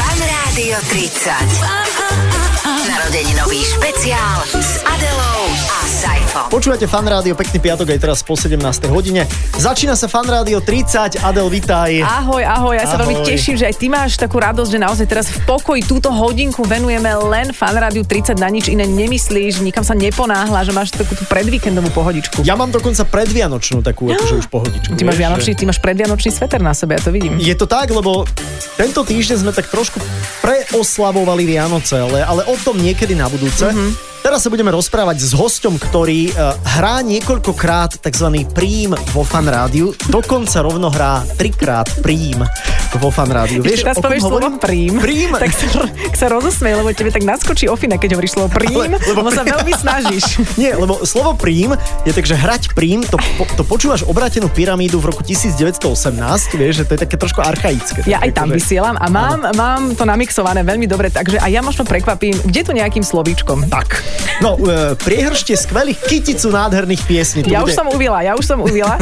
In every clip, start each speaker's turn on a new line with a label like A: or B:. A: Rádio 30. Narodeninový špeciál s Adelou a Saifom.
B: Počúvate fan rádio, pekný piatok aj teraz po 17. hodine. Začína sa fan rádio 30, Adel, vitaj.
C: Ahoj, ahoj, ja sa
B: Ahoj.
C: veľmi teším, že aj ty máš takú radosť, že naozaj teraz v pokoji túto hodinku venujeme len fanrádiu 30, na nič iné nemyslíš, nikam sa neponáhla, že máš takú tú predvíkendovú pohodičku.
B: Ja mám dokonca predvianočnú takú, akože už pohodičku.
C: Ty máš,
B: vieš,
C: vianočný,
B: že-
C: ty máš predvianočný sveter na sebe, ja to vidím.
B: Je to tak, lebo tento týždeň sme tak trošku preoslavovali Vianoce, ale, ale o tom niekedy na budúce.
C: Mhm.
B: Mm-hmm. Teraz sa budeme rozprávať s hosťom, ktorý uh, hrá niekoľkokrát tzv. príjm vo fan rádiu, dokonca rovno hrá trikrát príjm vo fan rádiu.
C: Ešte raz povieš slovo prím,
B: Príjm.
C: tak sa, tak sa rozosmej, lebo tebe tak naskočí ofina, keď hovoríš slovo prím,
B: Ale- lebo
C: lebo, sa
B: prím-
C: veľmi snažíš.
B: Nie, lebo slovo prím je tak, že hrať prím, to, po- to počúvaš obrátenú pyramídu v roku 1918, vieš, že to je také trošku archaické.
C: Ja aj tam
B: Akože-
C: vysielam a mám, mám to namixované veľmi dobre, takže aj ja možno prekvapím, kde to nejakým slovíčkom.
B: Tak. No, e, priehršte skvelých kyticu nádherných piesní. To
C: Ja
B: bude-
C: už som uvila, ja už som uvila.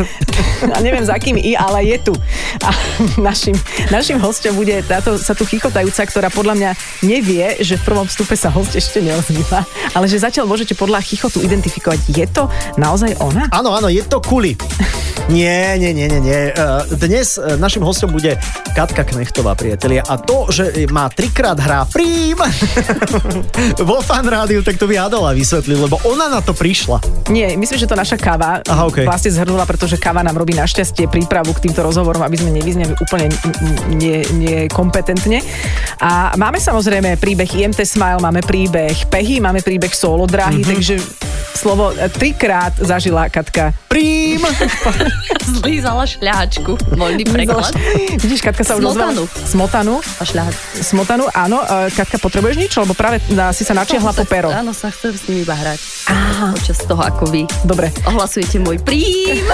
C: A neviem za kým i, ale je tu. A našim, našim hostom bude táto sa tu chichotajúca, ktorá podľa mňa nevie, že v prvom vstupe sa host ešte neozýva, ale že zatiaľ môžete podľa chichotu identifikovať, je to naozaj ona?
B: Áno, áno, je to kuli. Nie, nie, nie, nie, nie. E, Dnes e, našim hostom bude Katka Knechtová, priatelia. A to, že e, má trikrát hrá prím vo fan rádiu, tak to by Adela vysvetlil, lebo ona na to prišla.
C: Nie, myslím, že to naša káva
B: Aha, okej.
C: vlastne zhrnula, pretože káva nám robí našťastie prípravu k týmto rozhovorom, aby sme nevyzneli úplne n- n- nie- nekompetentne. A máme samozrejme príbeh IMT Smile, máme príbeh Pehy, máme príbeh Solo Dráhy, mm-hmm. takže slovo e, trikrát zažila Katka.
B: Prím!
D: Zlízala šľahačku. Voľný preklad.
C: Vidíš, Katka sa už
D: Smotanu.
C: ozvala. Smotanu.
D: A šľahať.
C: Smotanu, áno. E, Katka, potrebuješ niečo? Lebo práve na- si sa načiahla po pero.
D: Áno, sa chcem s nimi iba hrať. Počas toho, ako vy
C: Dobre.
D: ohlasujete môj príjm.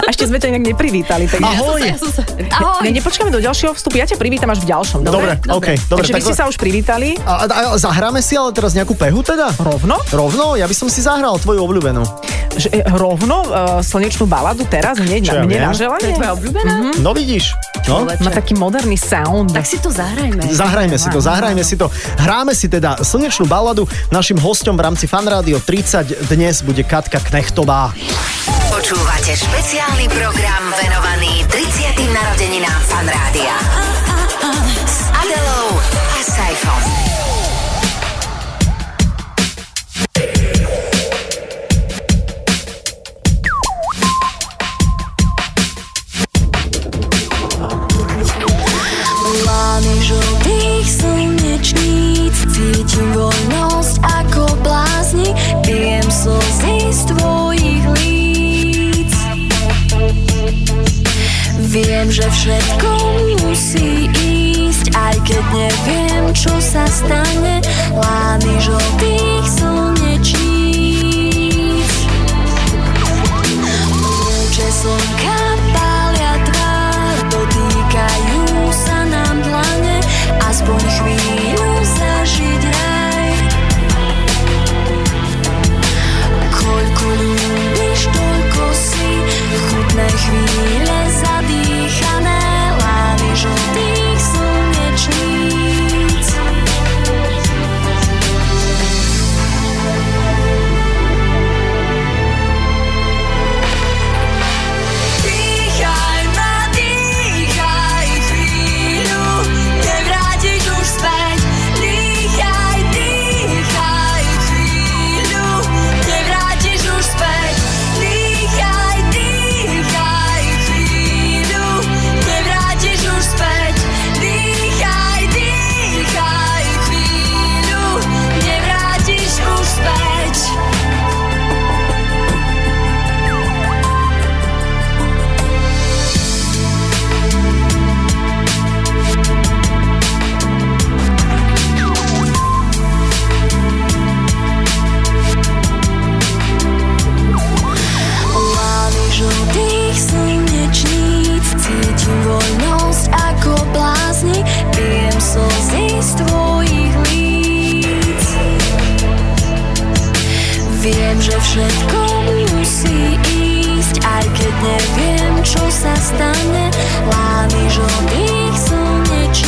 C: A ešte sme ťa inak neprivítali. Takže...
B: Ahoj!
D: Ja som sa, ja som sa, ahoj.
C: Ne, nepočkáme do ďalšieho vstupu, ja ťa privítam až v ďalšom.
B: Dobre,
C: Dobre,
B: OK, dobre.
C: Takže vy
B: tak-
C: ste sa už privítali.
B: A, a, a zahráme si ale teraz nejakú pehu teda?
C: Rovno?
B: Rovno? Ja by som si zahral tvoju obľúbenú.
C: Že, e, rovno uh, slnečnú baladu teraz, hneď
B: Čo ja
C: na, mne
B: viem?
C: na
D: To je
C: želanie?
D: tvoja obľúbená?
B: No vidíš? No?
D: Človeče.
C: Má taký moderný sound.
D: Mhm. Tak si to zahrajme.
B: Zahrajme si to, zahrajme si to. Hráme si teda slnečnú baladu. Našim hostom v rámci Fanrádio 30 dnes bude Katka Knechtová.
A: Počúvate špeciálny program venovaný 30. narodeninám fan rádia. S Adelou a Saifom.
E: Lány žltých slnečníc Cítim voľnosť ako blázni Pijem slzy z tvojich líc Viem, že všetko musí ísť Aj keď neviem, čo sa stane Lány žltých slnečníc Lúče slnka pália tvár, dotýkajú sa nám dlane, aspoň chvíľu zažiť raj. Koľko ľúbiš, toľko si, chutné chvíle zadýchané, lány žltých slnečníc. Dýchaj ma, dýchaj chvíľu, nevrátiš už späť. Dýchaj, dýchaj chvíľu, nevrátiš už späť. Dýchaj, dýchaj chvíľu, nevrátiš už späť. Dýchaj, dýchaj chvíľu, nevrátiš už späť. Lány žltých slnečníc Cítim voľnosť ako blázni Pijem slzy z tvojich líc Viem, že všetko musí ísť Aj keď neviem, čo sa stane Lány žltých slnečníc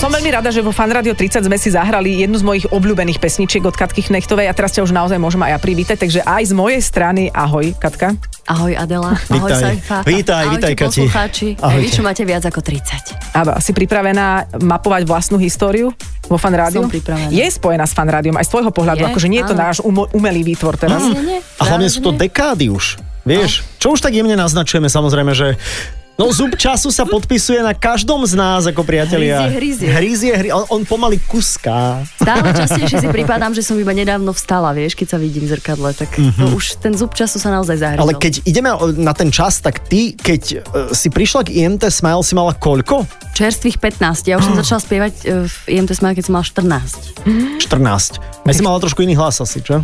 C: Som veľmi rada, že vo Fan Radio 30 sme si zahrali jednu z mojich obľúbených pesničiek od Katky Knechtovej a teraz ťa už naozaj môžem aj ja privítať, takže aj z mojej strany ahoj Katka.
D: Ahoj Adela, ahoj
B: Vítaj.
D: Saifa.
B: Vítaj,
D: ahojte
B: vítaj, Kati.
D: poslucháči.
B: Ahojte.
D: Ahojte. Vy, čo máte viac ako 30.
C: Áno, si pripravená mapovať vlastnú históriu vo Fan Rádiu?
D: Som pripravená.
C: Je spojená s Fan Rádiom aj z tvojho pohľadu,
D: Je,
C: akože nie je to
D: áno.
C: náš umo- umelý výtvor teraz.
D: Nie, nie,
B: A hlavne sú to
D: práve nie.
B: dekády už.
D: No.
B: Vieš, čo už tak jemne naznačujeme samozrejme, že No zub času sa podpisuje na každom z nás ako priatelia.
D: Hryzie, hryzie.
B: Hryzie, hry... on, on pomaly kuská.
D: Stále častejšie si pripadám, že som iba nedávno vstala, vieš, keď sa vidím v zrkadle, tak to už ten zub času sa naozaj
B: Mhm.
D: zahryzol.
B: Ale keď ideme o- na ten čas, tak ty, keď e, si prišla k IMT Smile, si mala koľko?
D: Čerstvých 15, ja už som
B: Oh.
D: začala spievať e, v IMT Smile, keď som mala 14.
B: 14. Aj si mala trošku iný hlas asi, čo?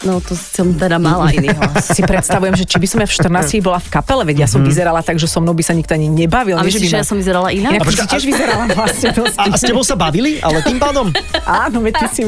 D: No to som teda mala iný hlas.
C: si predstavujem, že či by som ja v 14 bola v kapele, veď ja
B: Mhm.
C: som vyzerala tak, že so mnou by sa nikto ani nebavil.
D: A
C: nie,
D: myslíš,
C: by
D: že ja
C: ma-
D: som vyzerala
C: Inak
D: inak?
C: ty si tiež vyzerala vlastne dosť.
B: A, a s tebou sa bavili, ale tým pádom...
C: Áno, veď ty si...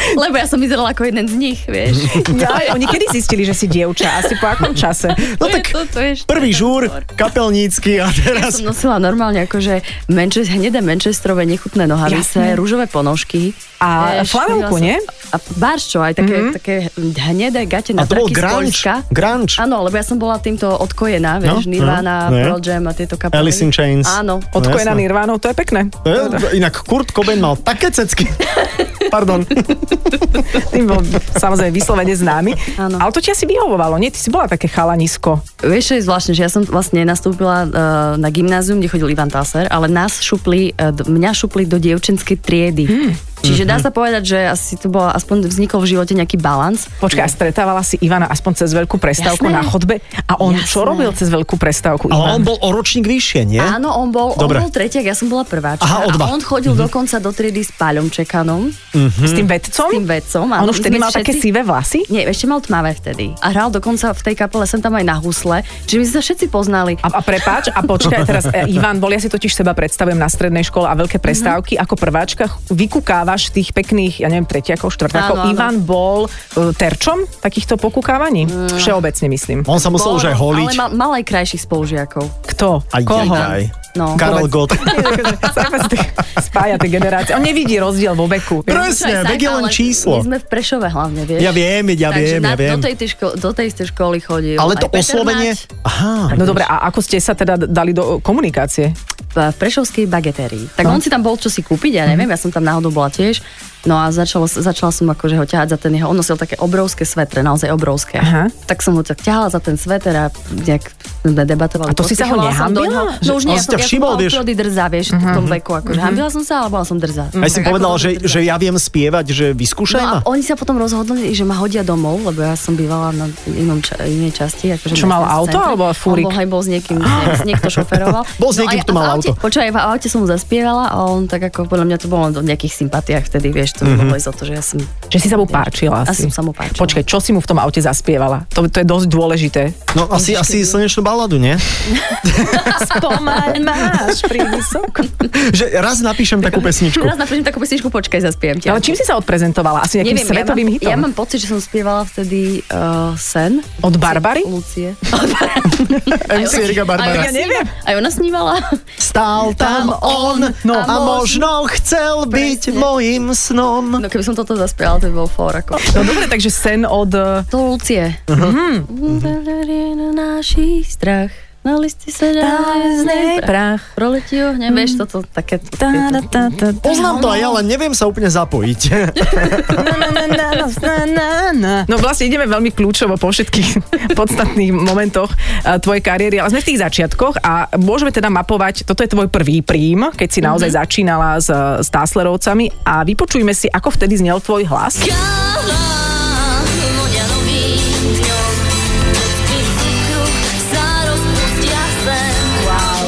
D: Lebo ja som vyzerala ako jeden z nich, vieš.
C: Ja, oni kedy zistili, že si dievča? Asi po akom čase?
B: No
D: To je
B: tak
D: to, to je
B: prvý žúr, kapelnícky a
D: Ja
B: teraz...
D: som nosila normálne akože manče- hnedé manchesterové nechutné nohavice,
C: Jasné.
D: rúžové ponožky.
C: A
D: Vieš,
C: flanelku,
D: chodila
C: nie?
D: som- A barš čo, aj také, mm-hmm. také hnedé gate na
B: Mhm. A to bol
D: traky z
B: grunge.
D: Poľska.
B: Grunge.
D: Áno, lebo ja som bola týmto odkojená, vieš,
B: No,
D: no,
B: no,
D: Nirvana,
B: ne.
D: Pearl Jam a tieto kapely.
B: Alice in Chains.
D: Áno.
B: Od- No,
C: Odkojená
B: jasné.
C: nirvánou, to je pekné.
B: To je, E, inak Kurt Cobain mal také cecky. Pardon.
C: Tým bol samozrejme vyslovene známy.
D: Áno.
C: Ale to ti asi vyhovovalo, nie? Ty si bola také chalanisko.
D: Vieš, čo je zvláštne, že ja som vlastne nastúpila uh, na gymnázium, kde chodil Ivan Taser, ale nás šupli, uh, mňa šupli do dievčenskej triedy.
B: Hm.
D: Mm. Čiže
B: Mhm.
D: dá sa povedať, že asi to bola, aspoň vznikol v živote nejaký balans.
B: No.
C: Počkaj, a stretávala si Ivana aspoň cez veľkú prestávku
D: Jasné.
C: na chodbe. A on čo
D: Jasné.
C: robil cez veľkú prestávku?
B: Ale on
C: Ivan?
B: bol o ročník vyššie, nie?
D: Áno, on bol, on
B: Dobre.
D: bol tretiak, ja som bola prváčka.
B: Aha, o dva. Mhm.
D: A on chodil mm-hmm. dokonca do triedy s Paľom Čekanom,
B: Hm.
C: S tým vedcom?
D: tým vedcom.
C: A on
D: áno.
C: už vtedy
D: My sme
C: mal také
D: všetci-
C: sivé vlasy?
D: Nie, ešte mal tmavé vtedy. A hral dokonca v tej kapele, sem tam aj na husle. Čiže my sme sa všetci poznali.
C: A, a prepáč, a počkaj teraz, e, Ivan, bol ja si totiž seba predstavujem na strednej škole a veľké prestávky, ako prváčka ch- vykukávaš tých pekných, ja neviem, tretiakov, štvrtákov.
D: Áno, áno.
C: Ivan bol e, terčom takýchto pokukávaní?
D: Mm.
C: Všeobecne myslím.
B: On sa musel už aj holiť.
D: Ale mal, mal aj krajších spolužiakov.
C: Kto?
B: Aj,
C: Koho?
B: aj, aj.
D: No.
B: Karel Gott.
C: Stále si tak Spája tie generácie. On nevidí rozdiel vo veku.
B: Presne,
D: Čo aj
B: vek je
D: Saifa,
B: len
D: ale
B: číslo.
D: My sme v Prešove hlavne, vieš.
B: Ja viem, ja
D: Takže
B: viem,
D: na, no
B: ja viem.
D: Do tej, tej ško- do tej istej školy chodil.
B: Ale
D: aj
B: to
D: Peter
B: oslovenie...
D: Nať
B: Aha.
C: No dobre, a ako ste sa teda dali do e, komunikácie?
D: v eh, Prešovskej bagetérii. Tak
B: No.
D: on si tam bol čo si kúpiť,
B: Mhm.
D: ja neviem, ja som tam náhodou bola tiež. No a začalo, začala som akože ho ťahať za ten jeho, on nosil také obrovské svetre, naozaj obrovské.
C: Aha.
D: Tak som ho tak ťahala za ten sveter a nejak sme debatovali.
C: A to si sa ho
D: pospichovala som do
C: nehambila?
D: neho. No už
B: Že- on
D: nie,
B: si
D: ja som,
B: ťa
D: ja som
B: všimol,
D: bola
B: vieš.
D: odrody drzá, vieš, v tom veku. Akože hambila som sa, ale bola som drzá.
B: Aj si
D: Tak
B: povedal,
D: Mhm. ako teda-
B: že,
D: drzá.
B: že ja viem spievať, že vyskúšaj
D: No
B: ma.
D: a oni sa potom rozhodli, že ma hodia domov, lebo ja som bývala na inom ča- inej časti. Akože
C: Čo,
D: na
C: mal
D: mestskom
C: auto,
D: centre.
C: alebo fúrik?
D: On bol, hej, bol s niekým, s niek- s niekto šoferoval. No
B: Bol s niekým,
D: a ja-
B: kto
D: a v
B: mal
D: aute-
B: auto.
D: Počúvaj, v aute som mu zaspievala a on tak ako, podľa mňa to bolo o nejakých sympatiách vtedy, vieš, to
C: Mhm.
D: mm-hmm. bolo ísť o to, že ja som...
C: Že si sa mu páčila
D: Asi
C: asi.
D: som sa mu páčila.
C: Počkaj, čo si mu v tom aute zaspievala? To, to je dosť dôležité.
B: No asi, asi slnečnú baladu, nie?
C: Spomaň máš pri vysoko.
B: Že raz napíšem takú pesničku.
D: Raz napríklad takú pesničku, počkaj, zaspievam ti.
C: Ale čím si sa odprezentovala? Asi nejakým
D: Neviem,
C: svetovým
D: ja mám,
C: hitom?
D: Ja mám pocit, že som spievala vtedy uh, Sen.
C: Od Barbary?
D: Lucie.
B: MC Erika
D: Aj
B: Barbara.
D: ona
C: Ja neviem.
D: sníva- Aj ona snívala.
B: Stál tam on no, a možno chcel byť
D: Presne.
B: mojim snom.
D: No keby som toto zaspievala, to by bol fór ako...
C: No dobre, takže sen od... e,
D: To Lucie.
B: Mhm.
D: Mm-hmm. Na náši strach, na listy sa
C: Prázdnej
D: dá
C: prach.
D: Proletí
B: Mhm.
D: ohne, vieš, toto také...
C: Tá, tá, tá, tá, tá.
B: Poznám to aj ja, ale neviem sa úplne zapojiť.
C: No vlastne ideme veľmi kľúčovo po všetkých podstatných momentoch e, tvojej kariéry, ale sme v tých začiatkoch a môžeme teda mapovať, toto je tvoj prvý príjm, keď si naozaj začínala s, eh, s Táslerovcami a vypočujme si, ako vtedy znel tvoj hlas.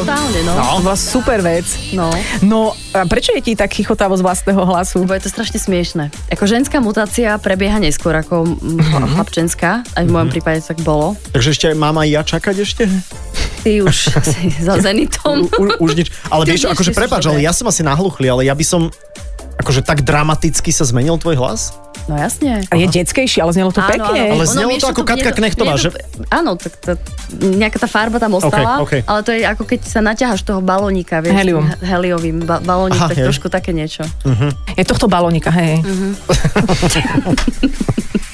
D: Totálne, no.
C: To bola super vec.
D: No.
C: No, a prečo je ti tak chichotavo z vlastného hlasu?
D: Lebo je to strašne smiešne. Ako ženská mutácia prebieha neskôr ako mm,
B: Mhm.
D: chlapčenská. Aj v mojom prípade to tak bolo.
B: Takže ešte aj mám aj ja čakať ešte?
D: Ty už si za Zenitom.
B: U, už nič. Ale
D: Ty
B: vieš,
D: nič,
B: akože
D: ty si
B: prepáč, ale
D: dobre.
B: ja som asi nahluchlý, ale ja by som Akože tak dramaticky sa zmenil tvoj hlas?
D: No jasne.
C: A je detskejší, ale znelo to
B: Ale
C: pekne.
D: Ono
B: znelo to
D: mieša
B: ako Katka
D: nie je
B: Knechtová,
D: nie je
B: že?
D: Áno, tak tá, nejaká tá farba tam ostala,
B: okej.
D: ale to je ako keď sa naťaháš toho balónika, vieš,
C: Helium.
D: tým he- heliovým ba- balónik,
B: Aha,
D: tak
B: hej.
D: trošku také niečo.
C: Je tohto balónika, hej.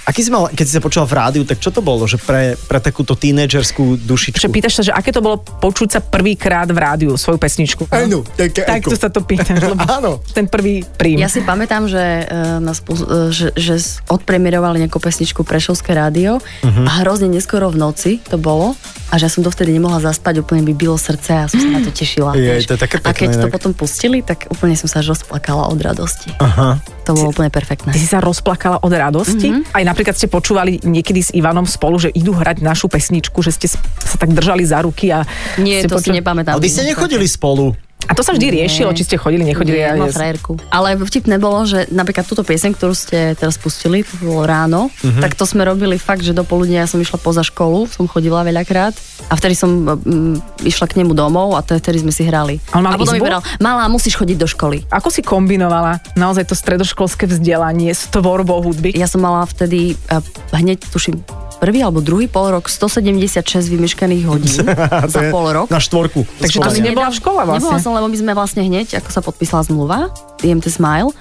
B: Aký si mal, keď si sa počula v rádiu, tak čo to bolo, že pre, pre takúto tínedžerskú dušičku?
C: Že pýtaš sa, že aké to bolo počuť sa prvýkrát v rádiu svoju pesničku.
B: Áno, také ako.
C: Tak to sa to pýtaš, lebo
B: no, Áno.
C: ten prvý príjm.
D: Ja si pamätám, že, eh, nás, poz- eh, že, že s- odpremierovali nejakú pesničku Prešovské rádio
B: Mhm.
D: a hrozne neskoro v noci to bolo a že ja som dovtedy nemohla zaspať, úplne by bilo srdce a som sa na to tešila.
B: Jej,
D: vieš.
B: to je také
D: a keď
B: pekné
D: to
B: inak.
D: potom pustili, tak úplne som sa až rozplakala od radosti.
B: Aha.
D: To bolo úplne perfektné.
C: Ty si sa rozplakala od radosti.
D: Mhm.
C: Mm-hmm. Aj napríklad ste počúvali niekedy s Ivanom spolu, že idú hrať našu pesničku, že ste s- sa tak držali za ruky a...
D: Nie,
C: ste
D: to si
C: poču-
D: nepamätám.
B: Ale vy ste nechodili spolu.
C: A to sa vždy
D: Nie.
C: riešilo, či ste chodili, nechodili.
D: Nie,
C: ja-
D: mám
C: ja-
D: frajerku. Ale vtipné bolo, že napríklad túto pieseň, ktorú ste teraz pustili, to bolo ráno,
C: Mhm.
D: uh-huh. tak to sme robili fakt, že do poludnia ja som išla poza školu, som chodila veľakrát a vtedy som mm, išla k nemu domov a to je, vtedy sme si hrali.
C: A on mal
D: a potom
C: izbu?
D: mi povedal, malá, musíš chodiť do školy.
C: Ako si kombinovala naozaj to stredoškolské vzdelanie s tvorbou hudby?
D: Ja som mala vtedy eh, hneď, tuším, prvý alebo druhý pol rok 176 vymeškaných hodín za
B: To je
D: pol rok.
B: Na štvorku.
C: Takže to
B: Spolu.
C: si nebola v škole vlastne.
D: Nebola som, lebo my sme vlastne hneď, ako sa podpísala zmluva, DMT Smile,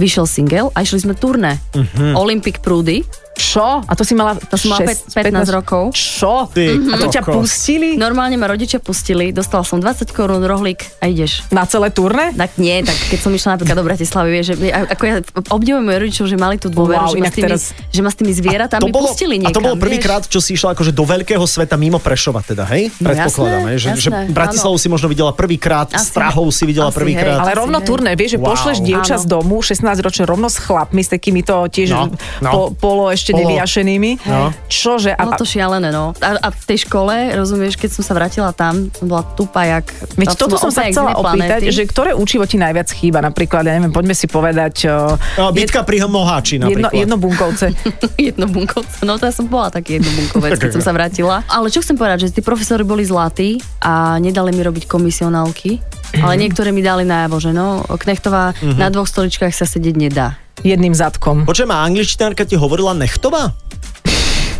D: vyšiel single a išli sme turné. Uh-huh. Olympic Prúdy.
C: Čo? A to si mala...
D: To som mala
C: šest-
D: 15 rokov. No.
C: Čo?
B: Ty
C: A to ťa
B: kokos.
C: pustili
D: Normálne ma rodičia pustili, dostala som 20 korún, rohlík a ideš.
C: na celé turné?
D: Tak nie, tak keď som išla napríklad do Bratislavy, vieš, že my- ako ja obdivujem mojich rodičov, že mali tú dôveru,
C: Wow,
D: že, ma
C: inak
D: s tými,
C: teraz-
D: že ma s tými zvieratami pustili
B: a
D: niekam.
B: to bolo
D: vieš.
B: prvýkrát, čo si išla akože do veľkého sveta mimo Prešova teda, hej?
D: No
B: Predpokladám,
D: jasné,
B: hej, že,
D: jasné,
B: že Bratislavu si možno videla prvýkrát, s
D: Asi.
B: Prahou si videla
D: Asi,
B: prvýkrát.
D: hej.
C: Ale
D: Asi,
C: rovno
D: hej.
C: turné, vieš, že
B: Wow.
C: pošleš dievča
D: Áno.
C: z domu, 16 ročne rovno s chlapmi, s takýmito tiež
B: No,
C: no,
B: no.
C: no. Po, polo ešte
B: Polo.
C: nevyjašenými.
B: No.
C: Čože? A,
D: Bolo to šialené, no. A, a v tej škole, rozumieš, keď som sa vrátila tam, som bola tupá jak...
C: Veď toto som sa
D: úplne jak z
C: chcela
D: inej
C: opýtať,
D: planéty.
C: že ktoré učivo ti najviac chýba? Napríklad, ja neviem, poďme si povedať uh,
B: A bitka pri Moháči
C: jedno,
B: No, napríklad.
C: jedno bunkovce.
D: jednobunkovce. No to ja som bola taký jednobunkovec, keď som sa vrátila. Ale čo chcem povedať, že tí profesori boli zlatí a nedali mi robiť komisionálky,
B: Mhm.
D: ale niektoré mi dali najavo, že no, Knechtová na dvoch stoličkách sa sedieť nedá.
C: Jedným zadkom.
B: Počujem, a angličtinárka ti hovorila nechtová?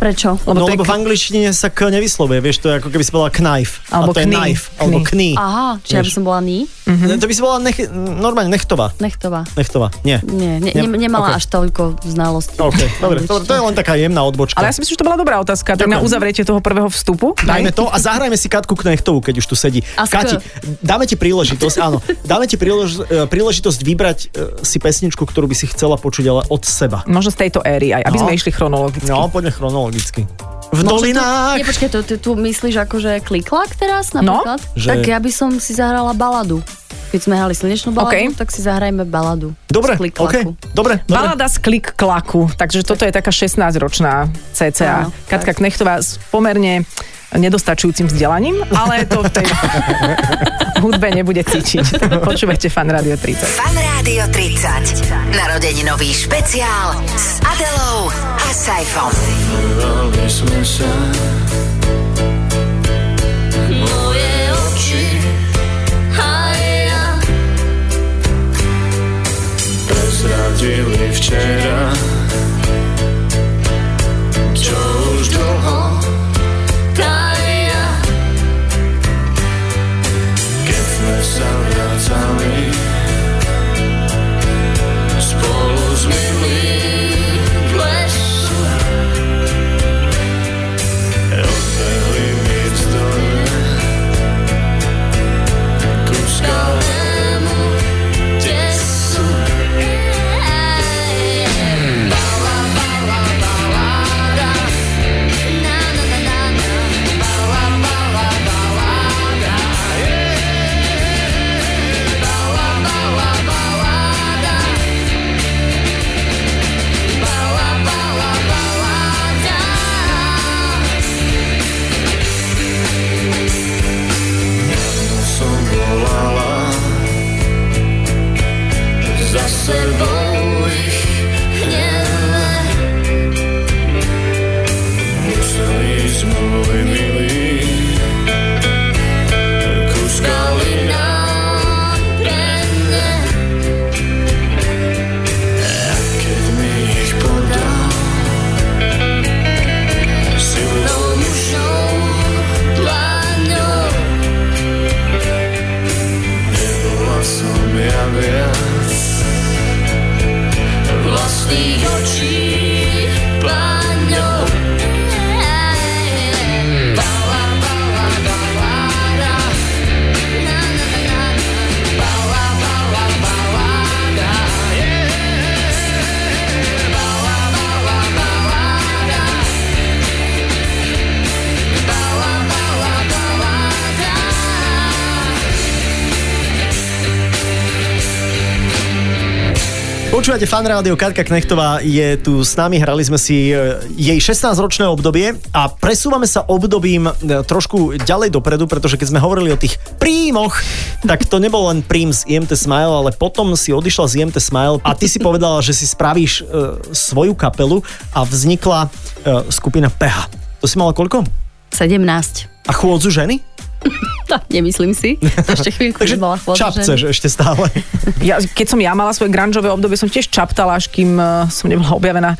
D: Prečo?
B: No
C: Lebo to je
B: lebo v
C: k-
B: angličtine sa k nevyslobuje, vieš, to je ako keby si bola knife. a
C: Alebo
B: to je
C: kný.
B: knife, alebo kný.
D: Aha, čiže ja by som bola ní?
B: To by si bola nech, normálne nechtová.
D: Knechtová.
B: Nechtová, nie.
D: Nie, ne, ne,
B: Nem- OK. No,
D: nemala až toľko znalostí.
B: OK, dobre, dobre, to je len taká jemná odbočka.
C: Ale ja si myslím, že to bola dobrá otázka. Tak
B: Ďakujem.
C: na uzavretie toho prvého vstupu.
B: Dajme
C: Daj.
B: to a zahrajme si Katku Knechtovú, keď už tu sedí.
D: A s K.
B: Kati, dáme ti príležitosť, áno, dáme ti prílež, e, príležitosť vybrať e, si pesničku, ktorú by si chcela počuť, ale od seba.
C: Možno z tejto éry aj, aby
B: No.
C: sme išli chronologicky.
B: No, poďme chronologicky. V
D: Môže
B: dolinách!
D: Tu, No, nie, počkaj, tu, tu, tu myslíš akože kliklak teraz napríklad?
B: No, Že-
D: Tak ja by som si zahrala baladu. Keď sme hrali slnečnú baladu,
C: OK.
D: tak si zahrajme baladu.
B: Dobre,
D: z
B: okay,
D: kliklaku.
B: dobre, dobre.
C: Balada z klik klaku, takže toto je taká 16-ročná CCA.
D: Áno,
C: Katka Knechtová s pomerne nedostačujúcim vzdelaním, ale to v tej hudbe nebude cítiť. Tak Počúvajte Fan Radio 30.
A: Fan Rádio 30. Narodeninový špeciál s Adelou a Saifom.
F: Pozerali sme sa
E: Moje oči a ja
F: prezradili včera Čo už dlho
E: tajia
F: Keď sme sa vracali Spolu s milým
E: v lese
F: Odbehli mi vzdore Ku skale
E: tému, kde sú Bala, bala, balada Na, na, na, na, na Bala, bala, balada Bala, bala, balada Bala, bala, balada
F: som volala Za sebou ich Museli sme, môj milý Ku skalinám
E: Bala, tvých očí Páňou Bala, bala, baláda Na, na, na, na, na Bala, bala, baláda Bala, bala, baláda Bala, bala, baláda
B: Počúvate fan rádio, Katka Knechtová je tu s nami, hrali sme si e, jej 16-ročné obdobie a presúvame sa obdobím e, trošku ďalej dopredu, pretože keď sme hovorili o tých príjmoch, tak to nebol len príjm z IMT Smile, ale potom si odišla z IMT Smile a ty si povedala, že si spravíš e, svoju kapelu a vznikla e, skupina PH. To si mala koľko?
D: 17.
B: A chôdzu ženy?
D: To No, nemyslím si. To ešte chvíľku
B: Takže
D: nebola chôdza.
B: čapceš ešte stále.
C: Ja, keď som ja mala svoje grungeové obdobie, som tiež čaptala, až kým eh, som nebola objavená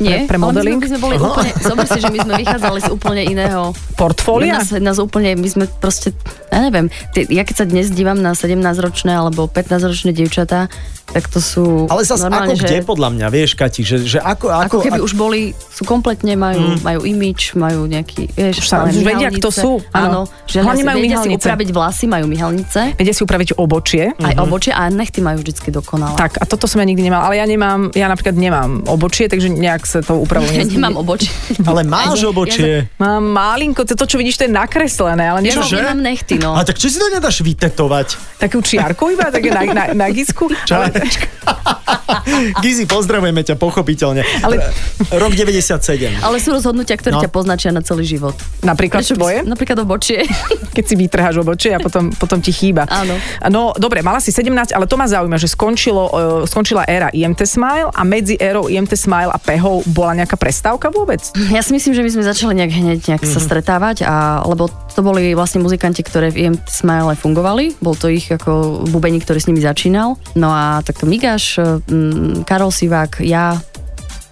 D: Nie,
C: pre, pre modeling.
D: Ale my sme, my sme boli úplne, zober si, že my sme vychádzali z úplne iného
C: Portfólia?
D: Nás, nás úplne, my sme proste, ja neviem, tie, ja keď sa dnes dívam na 17-ročné alebo 15-ročné dievčatá, tak to sú
B: Ale zase
D: normálne,
B: ako
D: že,
B: kde podľa mňa, vieš Kati, že, že ako,
D: ako,
B: ako,
D: keby už boli, sú kompletne, majú, mm. majú imič, majú nejaký,
C: Už
D: vieš,
C: sa-
D: ale
C: už vedia,
D: mihalnice.
C: kto sú, áno.
D: Áno, že
C: Hlavne
D: nás-
C: majú
D: vedia si
C: mihalnice.
D: upraviť vlasy, majú mihalnice,
C: Viete si upraviť obočie.
D: aj
B: Mhm.
D: obočie a nechty majú vždy dokonalé.
C: Tak, a toto som ja nikdy nemal, ale ja nemám, ja napríklad nemám obočie, takže nejak sa to upravujem.
D: Ja nemám obočie.
B: ale máš
D: Ja- ja-
B: obočie.
C: Mám malinko, to, to čo vidíš, to je nakreslené, ale
D: Ja
C: nemám
B: Čože?
D: nemám nechty, no.
B: A tak či si to nedáš vytetovať?
C: takú čiarku iba, také na, na, na gisku. Ale,
B: Gizi, pozdravujeme ťa, pochopiteľne.
C: Ale-
B: Ale... Rok 97.
D: Ale sú rozhodnutia, ktoré
B: No.
D: ťa poznačia na celý život.
C: napríklad
D: Prečo by si-
C: tvoje,
D: Napríklad obočie.
C: keď si vytrháš obočie a potom, potom ti chýba.
D: Áno.
C: No dobre, mala si 17, ale to ma zaujíma, že skončilo, eh, skončila éra IMT Smile a medzi érou IMT Smile a Pehou bola nejaká prestávka vôbec?
D: Ja si myslím, že my sme začali nejak hneď nejak mm-hmm. sa
C: Mhm.
D: stretávať, a, lebo to boli vlastne muzikanti, ktoré v IMT Smile fungovali. Bol to ich ako bubeník, ktorý s nimi začínal. No a tak Migáš, mm, Karol Sivák, ja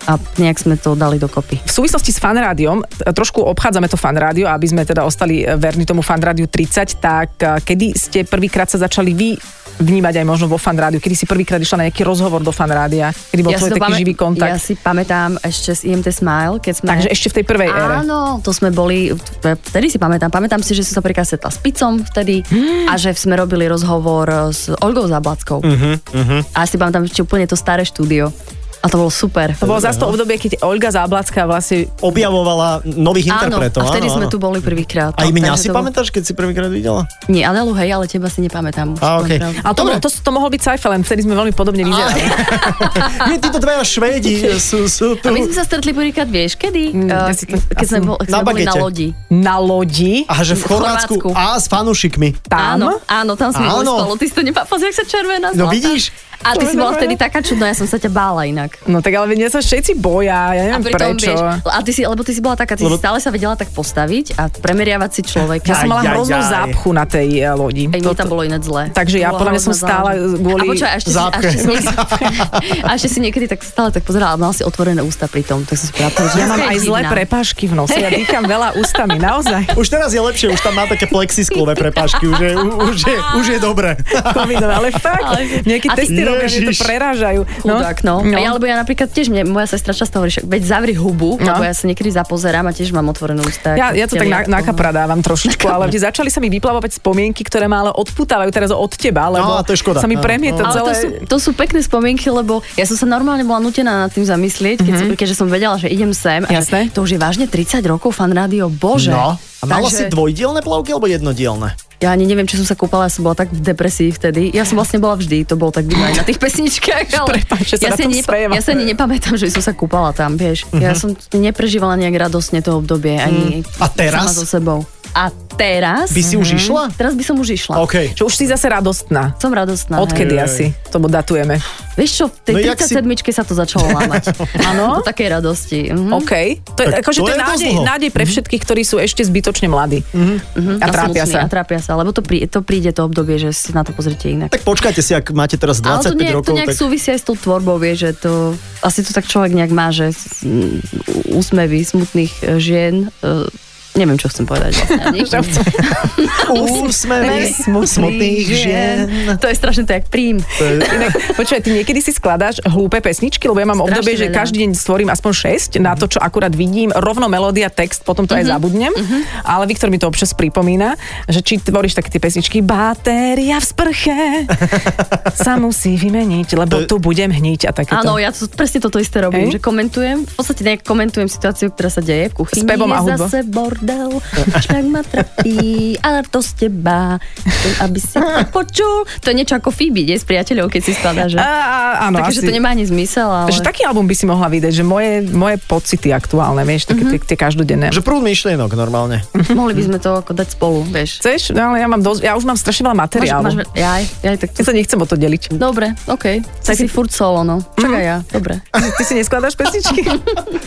D: a nejak sme to dali dokopy.
C: V súvislosti s fanrádiom, t- trošku obchádzame to fanrádio, aby sme teda ostali e, verní tomu fanrádiu 30, tak e, kedy ste prvýkrát sa začali vy vnímať aj možno vo fanrádiu, kedy si prvýkrát išla na nejaký rozhovor do fanrádia, kedy bol ja
D: si
C: tvoj
D: to
C: taký
D: pamä-
C: živý
D: Ja
C: kontakt. Ja
D: si pamätám ešte z IMT Smile, keď sme...
C: Takže ešte v tej prvej ére.
D: Áno, to sme boli, e, vtedy si pamätám, pamätám si, že som sa prikasetla s Picom vtedy
B: Hmm.
D: a že sme robili rozhovor e, s Olgou
B: Mhm,
D: Záblackou. Uh-huh, uh-huh. A si pamätám ešte úplne to staré štúdio. A to bolo super.
C: To bolo zase to obdobie, keď Olga Záblacká vlastne
B: Objavovala nových
D: Áno, a
B: interpretov.
D: vtedy
B: áno,
D: sme
B: áno.
D: tu boli prvýkrát.
B: Aj
D: No,
B: mňa
D: takže
B: si
D: to bolo-
B: pamätáš, keď si prvýkrát videla?
D: Nie, Adelu, hej, ale teba si nepamätám. už,
B: A, okej.
D: popravde.
C: ale to,
B: Dobre.
C: to, to mohol byť Seifeland, vtedy sme veľmi podobne vyzerali.
B: Nie, títo dvaja Švédi sú, sú tu.
D: A my sme sa stretli prvýkrát, vieš, kedy?
C: Mm,
D: Eh,
C: ja si to-
D: keď sme, bol, keď
B: Na
D: sme boli na
B: bagete.
D: lodi.
C: Na lodi,
B: Aha, že v
D: v
B: Chorvátsku.
D: Chorvátsku.
B: A s fanúšikmi.
C: tam,
D: Áno, áno, tam sme boli
B: Áno.
D: spolu. Ty si to nepapaz, jak sa červená
B: No
D: zlatá.
B: vidíš?
D: A ty si
C: Červená,
D: bola vtedy
C: červená.
D: taká čudná, ja som sa ťa bála inak.
C: no tak ale mňa sa všetci boja, ja
D: A
C: neviem
D: pritom,
C: prečo.
D: vieš, a ty si, lebo ty si bola taká, ty
B: Lebo-
D: si stále sa vedela tak postaviť a premeriavať si človeka.
C: ja som mala
B: Aj, aj,
C: hroznú
B: aj.
C: zápchu na tej e, lodi.
D: Aj mne
C: Toto-
D: tam bolo ináč zle.
C: Takže ja
D: Bola
C: podľa mňa som
D: hrozná
C: stála
D: záležitosť.
C: kvôli
D: A počkaj, a ešte, si, a,
B: zápche.
D: ešte si, a ešte si niekedy tak stále tak pozerala, a mala si otvorené ústa pri tom, tak som si povedala, prečo
C: Ja mám
D: je
C: aj zlé
D: divná.
C: prepážky v nose. Ja dýcham veľa ústami, naozaj.
B: Už teraz je lepšie, už tam má také plexisklové prepážky, už je, u, už je, už je dobre.
C: Covidové, ale fakt.
D: Ale-
C: Nejaké
D: A ty-
C: testy robia, že to
B: Ježiš.
C: prerážajú.
D: Chudák, no. no. Ja, alebo ja napríklad tiež, mne, moja sestra často hovorí, však veď zavri hubu,
C: No.
D: no. lebo ja sa niekedy zapozerám a tiež mám otvorenú ústa.
C: Ja,
D: ako
C: ja to tak na,
D: teliatko.
C: nakapradávam trošičku, ale vždy začali sa mi vyplavovať spomienky, ktoré ma ale odputávajú teraz od teba, lebo
B: No, a to je škoda.
C: sa mi
B: No,
C: premieta
D: Ale
C: celé...
D: to sú, to sú pekné spomienky, lebo ja som sa normálne bola nutená nad tým zamyslieť, keď mm-hmm. som, keďže som vedela, že idem sem. A
C: Jasné.
D: to už je vážne 30 rokov fan rádio, bože.
B: No, a mala si
D: Takže
B: dvojdielne plavky alebo jednodielne?
D: Ja ani neviem, či som sa kúpala, ja som bola tak v depresii vtedy. Ja som vlastne bola vždy, to bolo tak vidno aj na tých pesničkách. Ale
C: Prepáč, že sa na
D: ja, si
C: tom
D: ani nepa-
C: smejem.
D: ja sa ani nepamätám, že som sa kúpala tam, vieš. Ja som neprežívala nejak radosne to obdobie, ani
B: Mhm. A teraz?
D: sama so sebou. A teraz? Mhm.
B: By si už išla?
D: Teraz by som už išla.
B: OK.
C: Že už si zase radostná.
D: Som radostná.
C: Odkedy
B: Aj, aj, aj.
C: asi? To bo datujeme.
D: hej. Vieš čo, v tej
B: No jak si-
D: 37 sa to začalo lámať. Áno? Do takej radosti. Mhm.
C: OK. To je,
B: Tak
C: akože
B: to
C: to je
B: je dosť
C: nádej,
B: dlho. Mhm.
C: nádej pre všetkých, ktorí sú ešte zbytočne mladí. Mhm. A trápia
D: slnečný,
C: sa.
D: A trápia sa, lebo to, prí, to príde to obdobie, že si na to pozrite inak.
B: Tak počkajte si, ak máte teraz 25
D: Ale to nejak,
B: rokov.
D: to nejak
B: tak...
D: súvisí aj s tou tvorbou, vie, že to asi to tak človek nejak má, že s- m, úsmevy smutných e, žien e, Neviem, čo chcem povedať. vlastne ani.
C: Mhm.
B: Úsmevy smutných žien.
D: To je strašne to, jak príjm.
B: To je-
C: Inak, počúvaj, ty niekedy si skladáš hlúpe pesničky, lebo ja mám
D: Strašne
C: obdobie, že
D: veľa.
C: každý deň stvorím aspoň 6 na to, čo akurát vidím, rovno melódia, text, potom
D: Mhm.
C: to aj zabudnem. Ale Viktor mi to občas pripomína, že či tvoríš také tie pesničky, batéria v sprche sa musí vymeniť, lebo tu budem hniť a takéto.
D: Áno, ja to, presne toto isté robím,
C: Hej?
D: že komentujem, v podstate nejak komentujem situáciu, ktorá sa deje v kuchyni.
C: S Pebom a
D: Je
C: hudbou.
D: zase bordel, už tak ma trapí, ale to z teba, chcem, aby si to počul. To je niečo ako Phoebe, nie? S priateľov, keď si skladá, že?
C: Á, á, áno,
D: Takže
C: No, asi.
D: to nemá ani zmysel, ale...
C: Že taký album by si mohla vydať, že moje, moje pocity aktuálne, vieš, také tie, tie každodenné.
B: Mhm. Že prúd myšlienok normálne.
D: Mohli by sme to ako dať spolu, vieš.
C: Chceš? No, ale ja, mám dosť, ja už mám strašne veľa materiálu.
D: máš, jaj, jaj, tak
C: Ja sa nechcem o to deliť.
D: Dobre, OK. Tak si furt solo, no.
C: Mhm.
D: Čakaj ja, dobre.
C: Ty si neskladáš pesničky?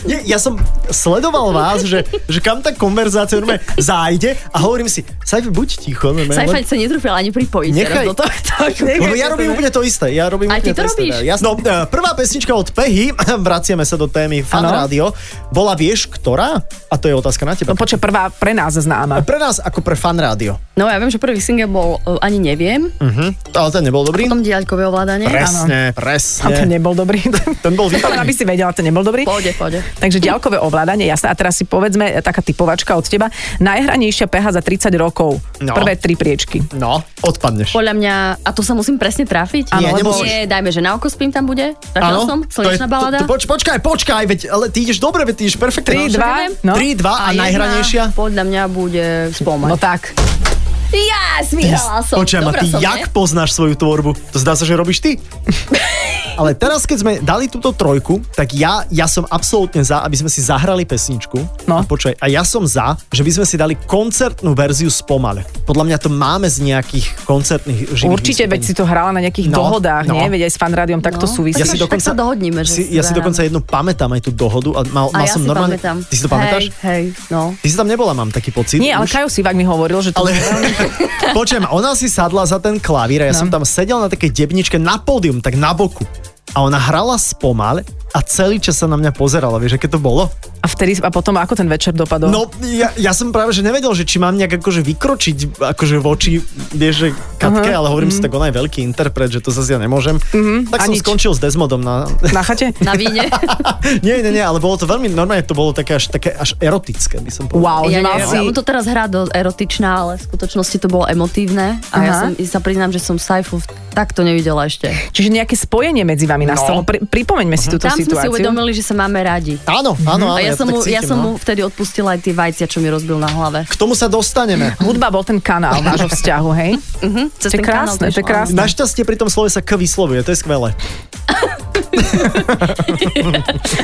B: Nie, ja som sledoval vás, že, že kam tá konverzácia normálne zájde a hovorím si, Saifi, buď ticho. normálne,
D: Sci-fi
B: len-
D: sa netrúfila ani pripojiť
B: Nechaj.
D: teraz do tohto.
B: lebo ja robím úplne to isté. Ja robím
D: Aj ty
B: úplne
D: to
B: isté,
D: robíš?
B: teda. Jasno, e, prvá pesnička od Pehy, vraciame sa do témy Fan
C: Áno.
B: Rádio, bola vieš ktorá? A to je otázka na teba.
C: No počkaj, prvá pre nás známa.
B: Pre nás ako pre Fan Rádio.
D: No ja viem, že prvý single bol uh, Ani neviem,
C: Hm.
B: Mhm. Ale ten nebol dobrý?
D: potom diaľkové ovládanie.
B: Presne,
C: A to
B: presne.
C: nebol dobrý.
B: Ten bol
C: To len aby
B: výborný.
C: si vedela, to nebol dobrý.
D: Pôjde, pôjde.
C: Takže ďalkové ovládanie, jasné. A teraz si povedzme, e, taká typovačka od teba. Najhranejšia PH za 30 rokov.
B: No.
C: Prvé tri priečky.
B: No, odpadneš.
D: Podľa mňa, a to sa musím presne trafiť?
B: Áno,
D: lebo
B: nemôžeš.
D: nie, dajme, že na oko spím tam bude. Trafila
B: Áno,
D: som,
B: to je-
D: slnečná balada.
B: to- to- Poč, počkaj, počkaj, veď, ale ty ideš dobre, veď ty ideš perfektne.
C: Tri,
B: No,
C: dva,
D: neviem.
C: no.
B: 3, 2 a,
D: jedna
B: najhranejšia?
D: Podľa mňa bude spomeň.
C: No tak.
D: Yes, vyhrala som.
B: Počujem, a
D: Dobrá
B: ty
D: som,
B: jak
D: nie?
B: poznáš svoju tvorbu? To zdá sa, že robíš ty. Ale teraz, keď sme dali túto trojku, tak ja, ja som absolútne za, aby sme si zahrali pesničku.
C: No.
B: A počkaj, a ja som za, že by sme si dali koncertnú verziu spomale. Podľa mňa to máme z nejakých koncertných živých
C: Určite, veď si to hrala na nejakých
B: No,
C: dohodách,
B: no.
C: nie? Veď aj s fanrádiom takto
D: No.
C: súvisí.
B: Ja si
D: Tak
B: dokonca,
D: sa dohodníme, že
B: si,
D: si
B: ja si
D: zahráme.
B: dokonca jednu pamätám aj tú dohodu a mal, mal
D: A ja
B: som
D: si
B: normálne...
D: pamätám.
B: Ty si to pamätáš?
D: Hej, hej, no.
B: Ty si tam nebola, mám taký pocit.
C: Nie, ale
B: už.
C: Kajo Sivák mi hovoril, že to...
B: Ale počujem, ona si sadla za ten klavír a ja
C: No.
B: som tam sedel na takej debničke na pódium, tak na boku. A ona hrala spomal a celý čas sa na mňa pozerala, vieš, aké to bolo?
C: A, vtedy, a potom, ako ten večer dopadol?
B: No, ja, ja som práve, že nevedel, že či mám nejak akože vykročiť akože voči, vieš, že Katke, ale hovorím si, tak ona je veľký interpret, že to zase ja nemôžem. Tak
C: A
B: som
C: nič.
B: skončil s Desmodom na...
C: Na chate?
D: Na víne.
B: nie, nie, nie, ale bolo to veľmi, normálne to bolo také až, také až erotické, by som povedal.
C: Wow, že
D: Ja
C: mal
D: neviem,
C: si...
D: on to teraz hrá do erotičná, ale v skutočnosti to bolo emotívne a ja
C: Aha.
D: som, sa priznám, že som Saifu takto nevidela ešte.
C: Čiže nejaké spojenie medzi vami
B: No.
C: nastalo. Pri,
B: Mhm.
C: pripomeňme si túto
D: Tam sme si
C: situáciu.
D: uvedomili, že sa máme radi.
B: Áno, áno, áno.
D: A ja,
B: to
D: som,
B: tak
D: mu, ja
B: cítim,
D: som
B: no.
D: mu vtedy odpustila aj tie vajcia, čo mi rozbil na hlave.
B: K tomu sa dostaneme.
C: Hudba bol ten kanál vášho vzťahu, hej?
D: Mhm, cez
C: To je
D: ten kanál
C: krásne,
D: tiež,
C: to je
D: áno.
C: krásne.
B: Našťastie pri tom slove sa K vyslovuje, to je skvelé.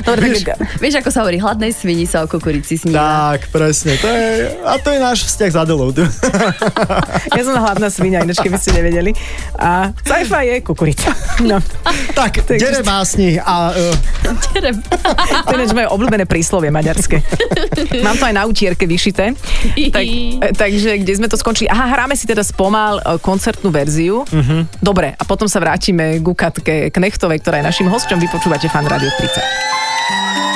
C: Dobre, tak,
D: Vieš, ako sa hovorí, hladnej svini sa o kukurici sníva.
B: Tak, presne. To je, a to je náš vzťah s Adelou.
C: ja som hladná svinia, ináč keby ste nevedeli. A sci-fi je kukurica. No,
B: tak,
C: je
B: dere
C: čist-
B: básni a uh,
C: to je ináč moje obľúbené príslovie maďarské. Mám to aj na utierke vyšité. Tak, e, takže kde sme to skončili? Aha, hráme si teda spomal e, koncertnú verziu. Dobre, a potom sa vrátime k Katke Knechtovej, ktorá je našim hosťom. Vy počúvate Fan Radio 30.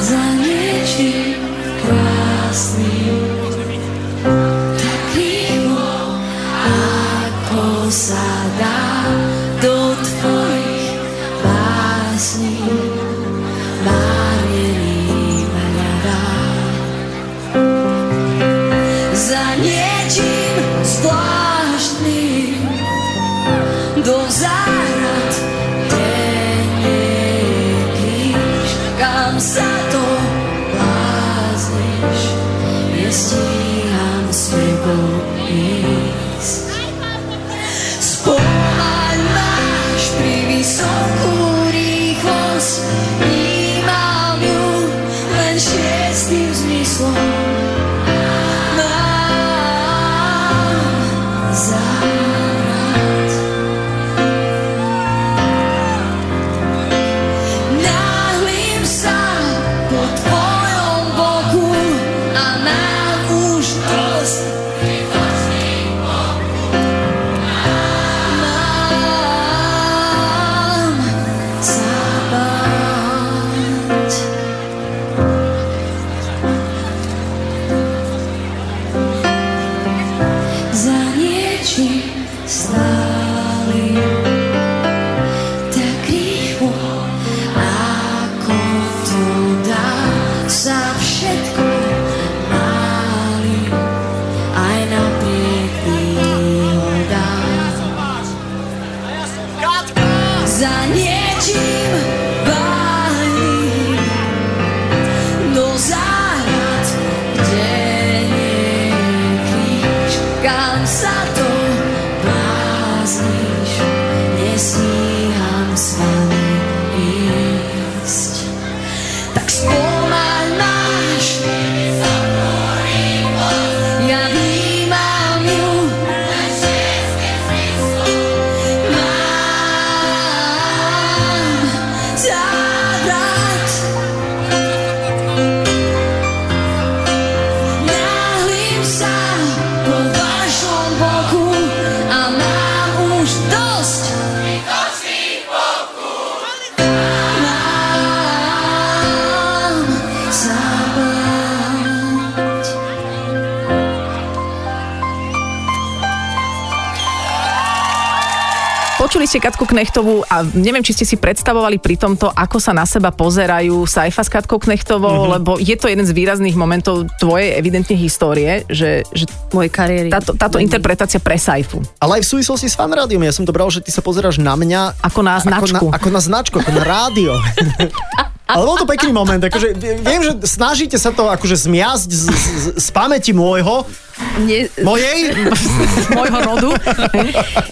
E: Za niečím krásnym, takým, ako sa dá do tvojich básní, márnený ma hľadá. Za niečím zvláštnym, do zárad tenkých, kam sa to blázniš, nestíham s tebou ísť. Spomaň máš pri vysokú rýchlosť, vnímam ju len šiestým zmyslom. Mám závrat. Náhlim sa po tvojom boku a nám už za niečím báhným, do záhrad, No kde nie je kríž. Kam sa to blázniš, nestíham s vami ísť. Tak spomaľ máš, ja vnímam ju, Mám zabrať Náhlim sa po vašom boku A mám už dosť Mám zabrať
C: Počuli ste Katku Knechtovú a neviem, či ste si predstavovali pri tomto, ako sa na seba pozerajú Saifa s Katkou Knechtovou, mm-hmm. lebo je to jeden z výrazných momentov tvojej evidentne histórie, že, že
D: Mojej kariéry.
C: táto, táto interpretácia pre Saifu.
B: Ale aj v súvislosti s fanrádiom, ja som to bral, že ty sa pozeráš na mňa
C: Ako na značku.
B: Ako na, ako na značku, ako na rádio. Ale bol to pekný moment, akože viem, že snažíte sa to akože zmiasť z, z, z pamäti môjho,
D: Nie,
B: mojej,
C: Mojho rodu.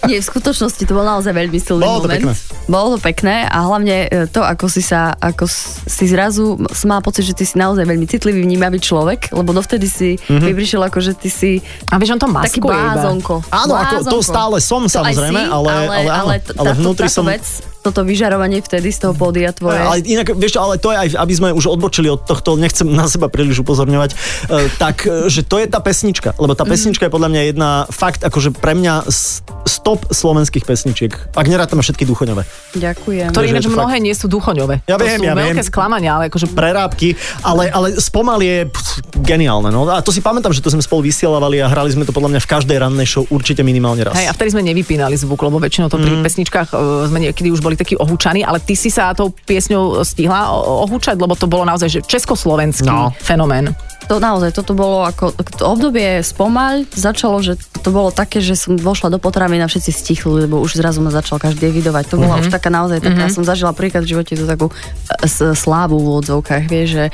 D: nie, v skutočnosti to bol naozaj veľmi silný
B: Bolo to pekné.
D: moment. Bolo to pekné a hlavne e, to, ako si sa, ako s- si zrazu som mala pocit, že ty si naozaj veľmi citlivý, vnímavý človek, lebo dovtedy si
B: Mhm.
D: mm-hmm. mi prišiel ako, že ty si
C: A vieš, on to maskuje
D: taký
C: iba.
D: blázonko.
B: Áno, ako to stále som,
D: To aj
B: samozrejme, ale- ale áno,
D: t-
B: ale vnútri
D: táto
B: som-
D: Vec, toto vyžarovanie vtedy z toho pódia tvoje.
B: Ale inak, vieš, čo, ale to je aj, aby sme už odbočili od tohto, nechcem na seba príliš upozorňovať, e, tak, e, že to je tá pesnička, lebo tá pesnička je podľa mňa jedna fakt, akože pre mňa s- stop slovenských pesničiek, ak nerátame všetky duchoňové.
D: Ďakujem.
C: Ktoré
B: Že je
C: ináč
B: to
C: mnohé nie sú duchoňové.
B: Ja
C: to
B: viem,
C: sú
B: ja
C: veľké
B: viem.
C: sklamania, ale akože
B: prerábky, ale, ale spomal je pff, geniálne. No. A to si pamätám, že to sme spolu vysielavali a hrali sme to podľa mňa v každej rannej show určite minimálne raz.
C: Hej, a vtedy sme nevypínali zvuk, lebo väčšinou to
B: Mhm.
C: pri pesničkách uh, sme niekedy už boli takí ohúčaní, ale ty si sa tou piesňou stihla o- ohúčať, lebo to bolo naozaj že československý
B: No.
C: no. fenomén.
D: To naozaj, toto bolo ako, to obdobie spomaľ, začalo, že to bolo také, že som vošla do potravy a všetci stichli, lebo už zrazu ma začal každý evidovať. To bola už taká naozaj, taká, som zažila prvýkrát v živote tú takú e, s- slávu v odzovkách, vieš, že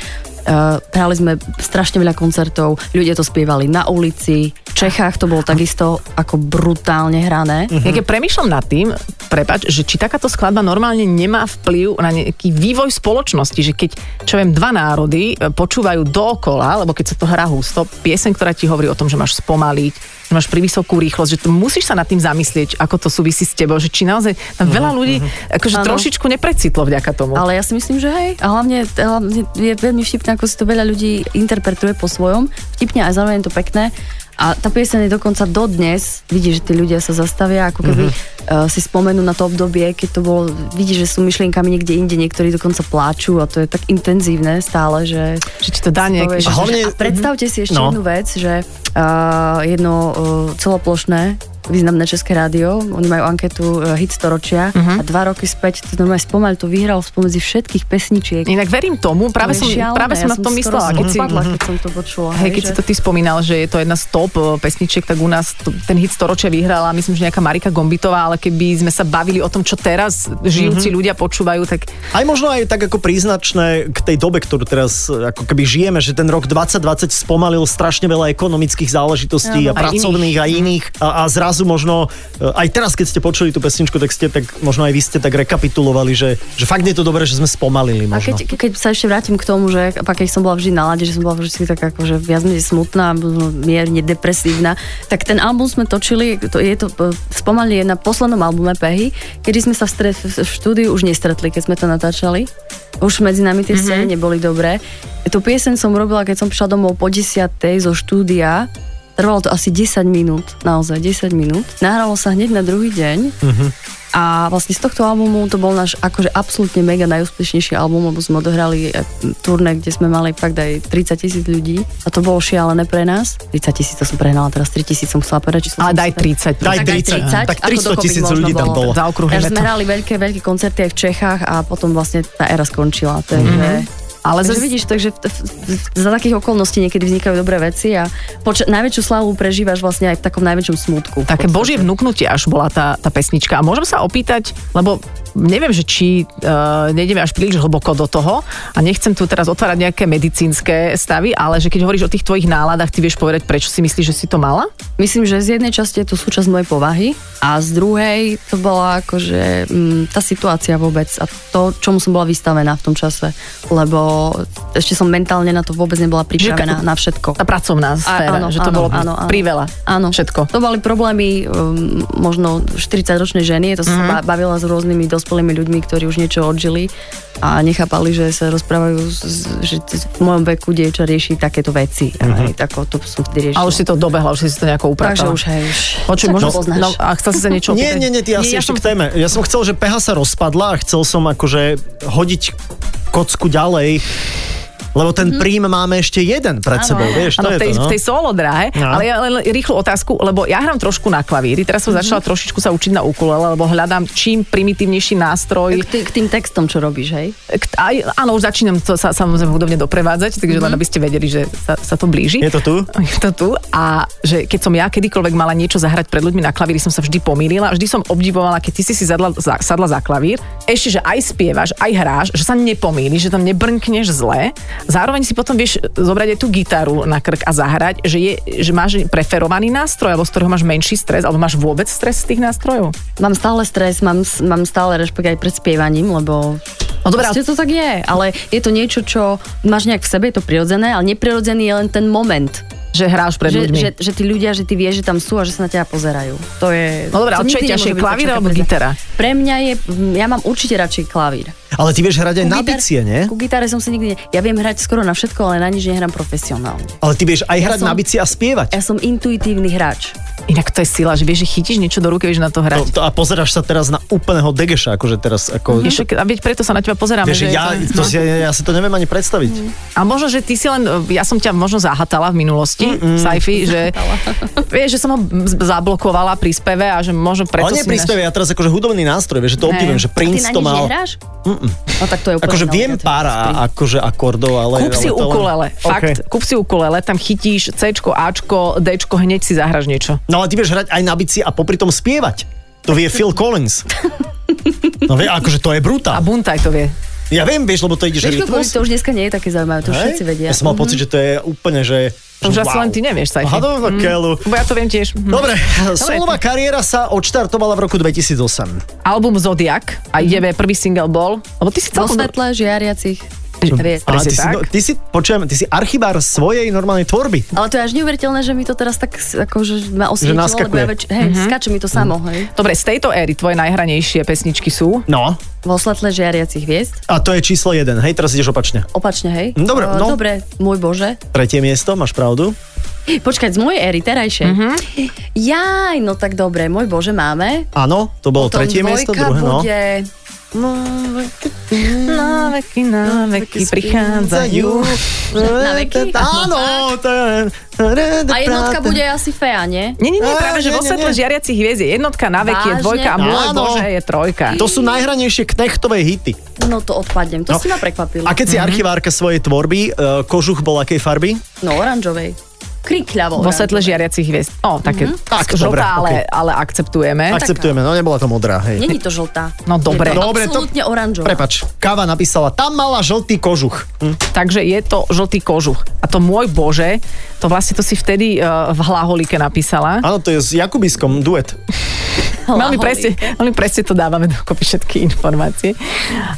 D: Uh, hrali sme strašne veľa koncertov, ľudia to spievali na ulici, v Čechách to bolo takisto ako brutálne hrané.
C: Mm-hmm. Ja keď premýšľam nad tým, prepač, že či takáto skladba normálne nemá vplyv na nejaký vývoj spoločnosti, že keď, čo viem, dva národy e, počúvajú dookola, lebo keď sa to hrá husto, pieseň, ktorá ti hovorí o tom, že máš spomaliť, že máš privysokú rýchlosť, že to, musíš sa nad tým zamyslieť, ako to súvisí s tebou, že či naozaj tam veľa ľudí akože
D: Mhm, Áno.
C: trošičku neprecitlo vďaka tomu.
D: Ale ja si myslím, že hej. A hlavne, hlavne je veľmi vtipné, ako si to veľa ľudí interpretuje po svojom. Vtipne a zároveň je to pekné. A tá pieseň je dokonca dodnes, vidíš, že tí ľudia sa zastavia, ako keby mm-hmm. uh, si spomenú na to obdobie, keď to bolo, vidíš, že sú myšlienkami niekde inde, niektorí dokonca pláču a to je tak intenzívne stále, že...
C: Že ti to dá nejaký...
D: Povieš,
B: A hlavne-
D: že, a predstavte si ešte
B: No.
D: no. jednu vec, že uh, jedno uh, celoplošné významné České rádio, oni majú anketu uh, hit storočia
C: Mhm.
D: uh-huh. a dva roky späť, to normálne spomal, to vyhral spomedzi všetkých pesničiek.
C: Inak verím tomu, práve som,
D: To je šialené,
C: práve som na
D: ja
C: tom
D: skoro
C: myslela. Keď si,
D: odpadla, keď som to počula.
C: Hej, keď si to ty spomínal, že je to jedna z top e, pesničiek, tak u nás to, ten hit storočia vyhrala, myslím, že nejaká Marika Gombitová, ale keby sme sa bavili o tom, čo teraz
D: Mhm.
C: žijúci mm-hmm. ľudia počúvajú, tak
B: Aj možno aj tak ako príznačné k tej dobe, ktorú teraz e, ako keby žijeme, že ten rok 2020 spomalil strašne veľa ekonomických záležitostí a,
C: Áno. Aj Mhm.
B: pracovných a iných a, a zrazu možno e, aj teraz, keď ste počuli tú pesničku, tak ste tak možno aj vy ste tak rekapitulovali, že, že fakt je to dobré, že sme spomalili
D: A
B: možno.
D: keď, keď sa ešte vrátim k tomu, že ak- pak, keď som bola vždy na lade, že som bola vždy tak ako, že viac menej smutná, možno mierne depresívna, tak ten album sme točili, to je to, eh, spomaly je na poslednom albume Pehy, kedy sme sa v, stre, v v štúdiu už nestretli, keď sme to natáčali. Už medzi nami tie scény mm-hmm. neboli dobré. Tú piesen som robila, keď som prišla domov po 10. zo štúdia, Trvalo to asi 10 minút, naozaj 10 minút. Nahralo sa hneď na druhý deň. A vlastne z tohto albumu to bol náš akože absolútne mega najúspešnejší album, lebo sme odohrali eh, turné, kde sme mali fakt aj 30 tisíc ľudí a to bolo šialené pre nás. 30 tisíc to som prehnala, teraz 3 tisíc som chcela povedať, či som
C: ale
D: som
C: daj
B: Daj
C: 30.
D: tak aj
B: 30,
D: 30,
B: tak
D: ako
B: 300
D: dokopy
B: tisíc
D: možno
B: ľudí tam
D: bolo.
B: bolo.
C: Zaokrúhlime
D: Takže sme
C: to.
D: hrali veľké, veľké koncerty aj v Čechách a potom vlastne tá éra skončila. Takže,
C: Ale
D: ale takže
C: zase-
D: vidíš, takže v, v, v, za takých okolností niekedy vznikajú dobré veci a poč- najväčšiu slavu prežívaš vlastne aj v takom najväčšom smutku.
C: Také božie vnúknutie až bola tá, tá pesnička. A môžem sa opýtať, lebo neviem, že či uh, nejdeme až príliš hlboko do toho a nechcem tu teraz otvárať nejaké medicínske stavy, ale že keď hovoríš o tých tvojich náladách, ty vieš povedať, prečo si myslíš, že si to mala?
D: Myslím, že z jednej časti je to súčasť mojej povahy a z druhej to bola akože mm, tá situácia vôbec a to, čomu som bola vystavená v tom čase, lebo ešte som mentálne na to vôbec nebola pripravená,
C: Že-
D: na všetko.
C: Tá pracovná sféra,
D: áno,
C: že to
D: áno,
C: bolo
D: áno, áno.
C: priveľa.
D: Áno.
C: Všetko.
D: To boli problémy um, možno 40-ročnej ženy, to som
C: Mhm.
D: mm. sa ba- bavila s rôznymi dospelými ľuďmi, ktorí už niečo odžili a nechápali, že sa rozprávajú, z, z- že t- v mojom veku dievča rieši takéto veci. Mm-hmm. Aj, tako, to som vtedy riešila.
C: Mhm. A už si to dobehla, už si to nejako
D: Takže
C: upratala.
D: už, hej, už.
C: Počuj,
D: Tak
C: možno,
D: to poznáš.
C: no, a chcel si sa niečo
B: Nie,
C: opýtať?
B: nie, nie, ty asi
C: ja
B: ešte
C: som
B: k téme. Ja som chcel, že PH sa rozpadla a chcel som akože hodiť kocku ďalej, lebo ten príjm máme ešte jeden pred sebou, vieš, to
C: Mhm. Áno,
B: je
C: v tej,
B: to, no.
C: v tej solo dráhe,
B: No.
C: no. ale ja len rýchlu otázku, lebo ja hrám trošku na klavíri, teraz som začala trošičku sa učiť na ukulele, lebo hľadám čím primitívnejší nástroj.
D: K, t- k tým textom, čo robíš, hej?
C: K- Aj, áno, už začínam to sa samozrejme hudobne doprevádzať, takže len aby ste vedeli, že sa, sa to blíži.
B: Je to tu?
C: Je to tu. A že keď som ja kedykoľvek mala niečo zahrať pred ľuďmi na klavíri, som sa vždy pomýlila. Vždy som obdivovala, keď ty si si zadla, za, sadla za klavír, ešte, že aj spievaš, aj hráš, že sa nepomýliš, že tam nebrnkneš zle. Zároveň si potom vieš zobrať aj tú gitaru na krk a zahrať, že, je, že máš preferovaný nástroj, alebo z ktorého máš menší stres, alebo máš vôbec stres z tých nástrojov.
D: Mám stále stres, mám, s- mám stále rešpekt aj pred spievaním, lebo...
C: No dobré, ale-
D: Proste to tak je, ale je to niečo, čo máš nejak v sebe, je to prirodzené, ale neprirodzený je len ten moment.
C: Že hráš pred
D: Že,
C: ľuďmi.
D: že, že tí ľudia, že ty vieš, že tam sú a že sa na teba pozerajú. To je...
C: No dobré, ale
D: to
C: čo
D: nikdy
C: je ťažšie,
D: nemôže byť
C: klavír
D: taká
C: alebo
D: preza.
C: gitara?
D: Pre mňa je... Ja mám určite radšej klavír.
B: Ale ty vieš hrať aj
D: Ku
B: na
D: gitar-
B: bicie, nie?
D: Ku gitare som si nikdy... Ne... Ja viem hrať skoro na všetko, ale na nič nehrám profesionálne.
B: Ale ty vieš aj hrať
D: som-
B: na bicie a spievať.
D: Ja som intuitívny hráč.
C: Inak to je sila, že vieš, že chytíš niečo do ruky, vieš na to
B: To,
D: No.
C: hrať.
B: No, to, a pozeráš sa teraz na úplného degeša, akože teraz ako...
C: Vieš, a veď preto sa na teba pozeráme.
B: Vieš,
C: že je
B: ja, to si, ja, ja si to neviem ani predstaviť.
C: A možno, že ty si len, ja som ťa možno zahatala v minulosti, mm Saifi, že vieš, že som ho z- zablokovala pri speve a že možno preto
B: Ale nie
C: si
B: príspevy, ja teraz akože hudobný nástroj, vieš, že to
C: Ne.
B: obdivujem, že
D: A ty
B: Prince
D: na
B: to
D: nič
B: mal...
D: nehráš? No tak to je úplne...
B: Akože viem
D: nové.
B: pár a- akože akordov, ale...
C: Kúp
B: ale
C: si
B: to len-
C: ukulele, fakt,
B: Ok.
C: kúp si ukulele, tam chytíš C, Ačko, D, hneď si zahraš niečo.
B: No ale ty vieš hrať aj na bici a popri tom spievať. To vie Phil Collins. No vie, akože to je
C: A
B: brutál.
C: Buntaj to vie.
B: Ja viem, vieš, lebo to ideš
D: Vieš, koľko ľudí
B: rytmus.
D: to už dneska nie je také zaujímavé, to
B: hej?
D: všetci vedia.
B: Ja som mal pocit, že to je úplne, že...
C: Mhm. To
B: že
C: už asi len ty nevieš, Mhm. Saifi.
B: Aha, No. do keľu.
C: Bo ja to viem tiež. Mhm.
D: Hm.
B: Dobre, solová kariéra sa odštartovala v roku 2008.
C: Album Zodiak
B: Mhm.
C: a ideme, prvý single bol, lebo ty si
D: Vo
C: celkom...
D: svetle žiariacich hviezd.
B: A ty,
C: Presne
B: si,
C: tak.
B: no, ty, si, počujem, ty si archivár svojej normálnej tvorby.
D: Ale to je až neuveriteľné, že mi to teraz tak s- akože ma osvietilo, lebo
B: naskakuje. Mhm.
D: ja več, hej, mm-hmm. skáče mi to samo, hej.
C: Dobre, z tejto éry tvoje najhranejšie pesničky sú?
B: No,
D: Vo svetle žiariacich hviezd.
B: a to je číslo 1. Hej, teraz ideš opačne.
D: Opačne, hej?
B: Dobre, no.
D: O, Dobre, môj Bože.
B: Tretie miesto, máš pravdu.
D: Počkať, z mojej éry, terajšej.
B: Mhm.
D: Mm-hmm. Jaj, no tak dobre, môj Bože, máme.
B: Áno, to bolo
D: Potom
B: tretie miesto,
D: dvojka
B: druhé, no.
D: bude... no.
C: Náveky, náveky prichádzajú.
D: Na veky?
B: Áno, to je...
D: A jednotka bude asi fea, nie?
C: Nie, nie, nie,
B: Á,
C: práve, že
B: nie,
C: vo
B: nie,
C: svetle
B: nie.
C: žiariacich hviezd je jednotka, na vek je
D: Vážne?
C: dvojka a môj
B: Áno.
C: bože je trojka.
B: To sú najhranejšie knechtové hity.
D: No to odpadnem, to
B: No.
D: si ma prekvapilo.
B: A keď si archivárka svojej tvorby, e, kožuch bol akej farby?
D: No oranžovej. Krikľavo
C: Vo svetle
D: oranžovej.
C: žiariacich hviezd. O, také mm-hmm.
B: Mhm. Tak, dobre,
C: žltá, ale,
B: okej.
C: ale akceptujeme.
B: Akceptujeme, no nebola to modrá, hej.
D: Není to žltá.
C: No dobre.
D: Je to
B: Dobre, to-
D: absolútne oranžová.
B: Prepač, Káva napísala, tam mala žltý kožuch. Hm.
C: Takže je to žltý kožuch. A to môj bože, to vlastne to si vtedy uh, v hlaholike napísala.
B: Áno, to je s Jakubiskom duet.
C: Veľmi presne, veľmi presne to dávame dokopy všetky informácie.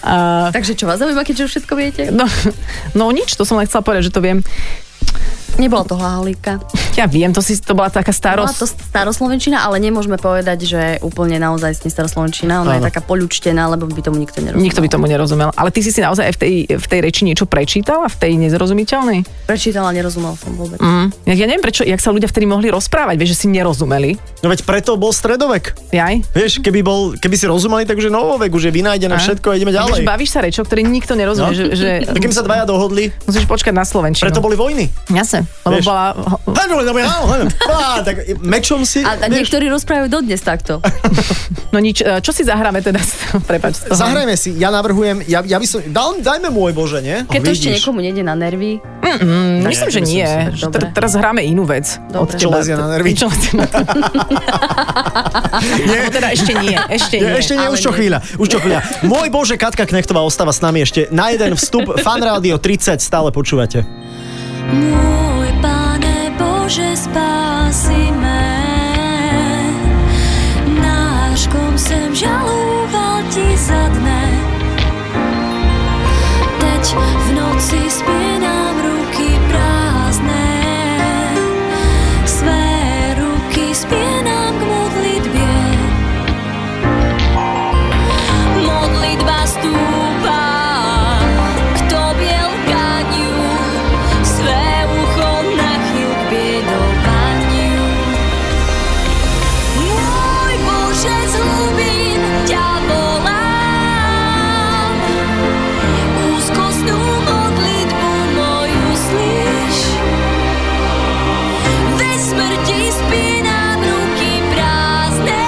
C: Uh,
D: Takže čo vás zaujíma, keďže už všetko viete?
C: no, no nič, to som len chcela povedať, že to viem.
D: Nebola to hlaholíka.
C: Ja viem, to, si, to bola taká
D: Bola
C: starosť.
B: No,
D: to staroslovenčina, ale nemôžeme povedať, že úplne naozaj sne staroslovenčina. Ona je
B: Áno.
D: taká poľučtená, lebo by tomu nikto nerozumel.
C: Nikto by tomu nerozumel. Ale ty si si naozaj aj v tej, v tej reči niečo prečítala? V tej nezrozumiteľnej?
D: Prečítala, nerozumel som vôbec.
C: Mm. Ja, ja neviem, prečo, jak sa ľudia vtedy mohli rozprávať, vieš, že si nerozumeli.
B: No veď preto bol stredovek.
C: Jaj?
B: Vieš, keby, bol, keby si rozumeli, takže novovek už je vynájdené
C: Á.
B: všetko a ideme
C: Vieš,
B: ďalej.
C: bavíš sa rečou, ktorý nikto nerozumie,
B: No.
C: že, že
B: Tak kým sa dvaja dohodli,
C: musíš počkať na Slovenčinu.
B: preto boli vojny.
C: Jasne. jasné. Lebo
B: Vieš?
C: bola...
B: Hej, dobre, áno, hej. Á, tak mečom si...
D: A, a
B: vieš,
D: niektorí rozprávajú dodnes takto.
C: No nič, e, čo si zahráme teda? z- Prepač. z toho.
B: Zahrajme si, ja navrhujem, ja, ja by som... Dal, dajme môj Bože, nie?
D: Keď to ešte
B: Vidíš,
D: niekomu nejde na nervy.
C: No, Myslím, že nie.
D: si-
C: Že
D: dobre.
C: ter- teraz hráme inú vec. Od
D: Dobre.
B: Čo
C: teba.
B: lezie na nervy.
C: Čo lezie na
B: Nie.
C: Alebo teda ešte nie. Ešte nie.
B: Nie, ešte nie,
C: ale
B: už čo chvíľa, už čo chvíľa. Môj Bože, Katka Knechtová ostáva s nami ešte na jeden vstup. Fan Rádio 30 stále počúvate.
E: Môj Pane Bože, spási me. Náš kom sem žaloval Ti za dne. Teď v noci spínam ruky prázdne. Své ruky spínam k modlitbě. Modlitba stúpa k Tobie lkaniu. Své ucho nachyl k biedovaniu. Môj Bože, z hlubín ťa volám. Úzkostnú modlitbu moju slyš. Ve smrti spínam ruky prázdne.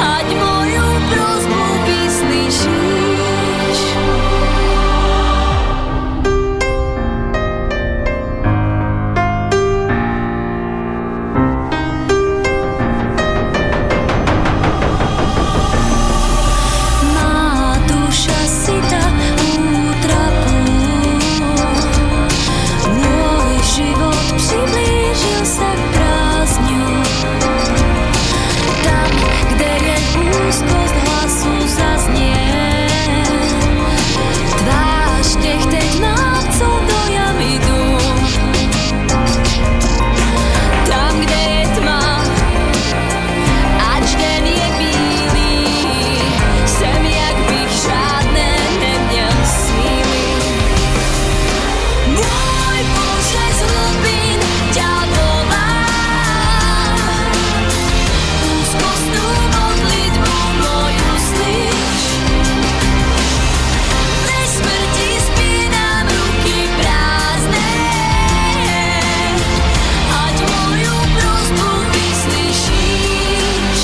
E: Ať moju prosbu vyslyšíš. Má duša sita útrapu. Môj život priblížil sa k prázdňu. Tam, kde je úzkosť hlasu zaznie. Tvář těch teď má, co do jam idú. Tam, kde je tma, Ať den je bílý, jsem jak bych žádné neměl síly. Můj Bože z hlubin ťa volá, úzkostnú modlitbu moju slyš. Ve smrti spínam ruky prázdne, ať moju prosbu vyslyšíš.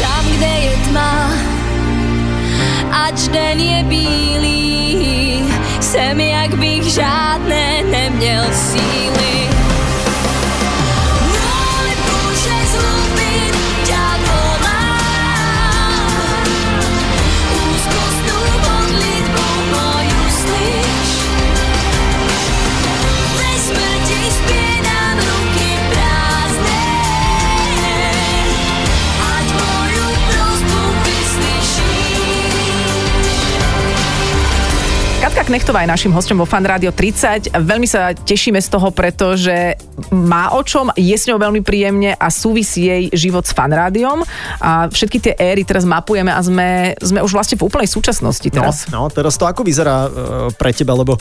E: tam, kde je tma, ač den je bílý, jsem jak bych žádné neměl síly. Môj Bože, z hlubín ťa volám, úzkostnú modlitbu moju slyš. Ve smrti spínam ruky prázdne, Ať moju prosbu vyslyšíš
C: Katka Knechtová je našim hostom vo Fan Rádio 30. Veľmi sa tešíme z toho, pretože má o čom, je s ňou veľmi príjemne a súvisí jej život s Fan Rádiom. A všetky tie éry teraz mapujeme a sme, sme už vlastne v úplnej súčasnosti teraz.
B: No, no, teraz to ako vyzerá e, pre teba, lebo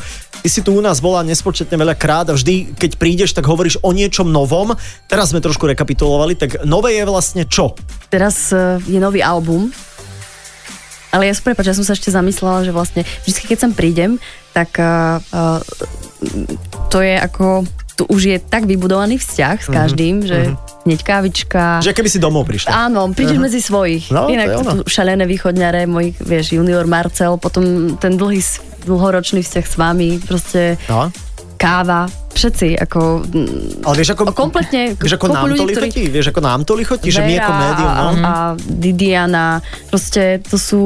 B: ty si tu u nás bola nespočetne veľa krát a vždy, keď prídeš, tak hovoríš o niečom novom. Teraz sme trošku rekapitulovali, tak nové je vlastne čo?
D: Teraz eh, je nový album. Ale ja, prepáč, ja som sa ešte zamyslela, že vlastne vždy, keď sem prídem, tak eh, eh, to je ako, tu už je tak vybudovaný vzťah s každým, že hneď kávička.
B: Mhm. Že keby si domov prišla.
D: Áno, prídeš medzi svojich.
B: No, to je
D: Inak
B: ono.
D: tu šalené východňare, môj, vieš, junior Marcel, potom ten dlhý, s- dlhoročný vzťah s vami, proste
B: No.
D: káva, všetci, ako... mm,
B: Ale vieš, ako...
D: Kompletne,
B: Vieš, ako
D: kopu
B: nám to
D: ľudí, ktorí-
B: lichotí? Vieš, ako nám to lichotí? Že no? my
D: Vera
B: Mhm. ako médium,
D: a,
B: no?
D: a Didiana, proste to sú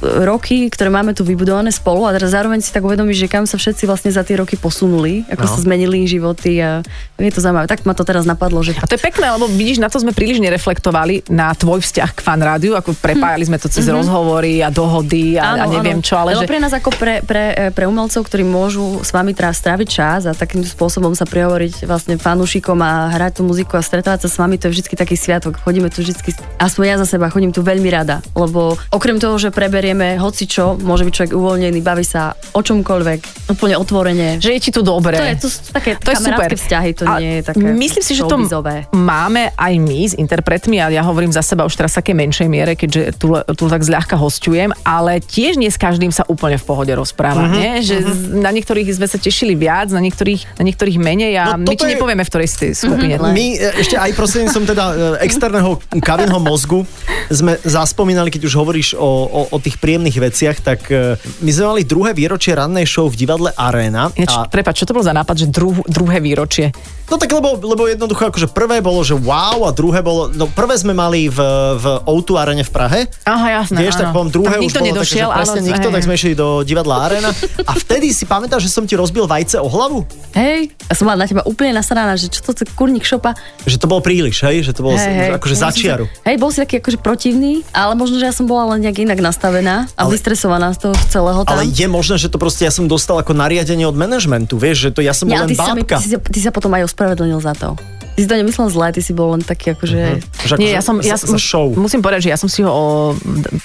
D: roky, ktoré máme tu vybudované spolu a teraz zároveň si tak uvedomíš, že kam sa všetci vlastne za tie roky posunuli, ako
B: No.
D: sa zmenili ich životy a je to zaujímavé. Tak ma to teraz napadlo, že
C: A to je pekné, lebo vidíš, na to sme príliš nereflektovali na tvoj vzťah k fan rádiu, ako prepájali
D: Mhm.
C: sme to cez mm-hmm. rozhovory a dohody a, áno, a neviem čo, ale že...
D: Lebo pre nás ako pre, e, pre, pre umelcov, ktorí môžu s vami teraz stráviť čas a takým spôsobom sa prihovoriť vlastne fanúšikom a hrať tú muziku a stretávať sa s vami, to je vždy taký sviatok. Chodíme tu vždy, aspoň ja za seba, chodím tu veľmi rada, lebo okrem toho, že preberieme hoci čo, môže byť človek uvoľnený, baví sa o čomkoľvek, úplne otvorene.
C: že je ti tu dobre.
D: To je, to sú také kamarátske vzťahy, to nie je také
C: Myslím si, že to
D: showbizové.
C: máme aj my s interpretmi a ja hovorím za seba už teraz v takej menšej miere, keďže tu, tu tak zľahka hostujem, ale tiež nie s každým sa úplne v pohode rozpráva.
B: Mhm,
C: Uh-huh, nie? Že uh-huh. na niektorých sme sa tešili viac, na niektorých, na niektorých menej a
B: No toto
C: no, my ti
B: je-
C: je... nepovieme, v ktorej ste skupine. Uh-huh.
B: My e, ešte aj prostredníctvom teda e, externého kavinho mozgu sme zaspomínali, keď už hovoríš o, o, o tých príjemných veciach, tak e, my sme mali druhé výročie rannej show v divadle Arena.
C: Ináč,
B: A,
C: prepač, čo to bol za nápad, že druh, druhé výročie?
B: no tak lebo, lebo jednoducho akože prvé bolo, že wow a druhé bolo, no prvé sme mali v, v O2 Arene v Prahe.
C: Aha, jasné,
B: Vieš, tak
C: No áno.
B: poviem, druhé
C: Tam
B: už
C: nikto
B: bolo
C: nedošiel,
B: také, že
C: áno,
B: presne nikto,
C: hej,
B: tak
C: hej.
B: sme išli do divadla Arena a vtedy si pamätáš, že som ti rozbil vajce o hlavu?
D: Hej, ja som bola na teba úplne nasraná, že čo to ten kurník šopa.
B: Že to bolo príliš, hej? Že to bolo hey, akože
D: Ja
B: za
D: som sa-
B: čiaru.
D: Hej, bol si taký akože protivný, ale možno, že ja som bola len nejak inak nastavená a
B: Ale-
D: ale, vystresovaná z toho celého tam.
B: Ale je možné, že to proste ja som dostal ako nariadenie od manažmentu, vieš, že to ja som bol
D: Nie,
B: len
D: ale ty, sa mi, ty,
B: bábka.
D: si, ty sa potom aj ospravedlnil za to. Ty si to nemyslel zle, ty si bol len taký akože...
B: Že akože
C: Nie, ja som, ja
B: za, za
C: som
B: show.
C: musím povedať, že ja som si ho o,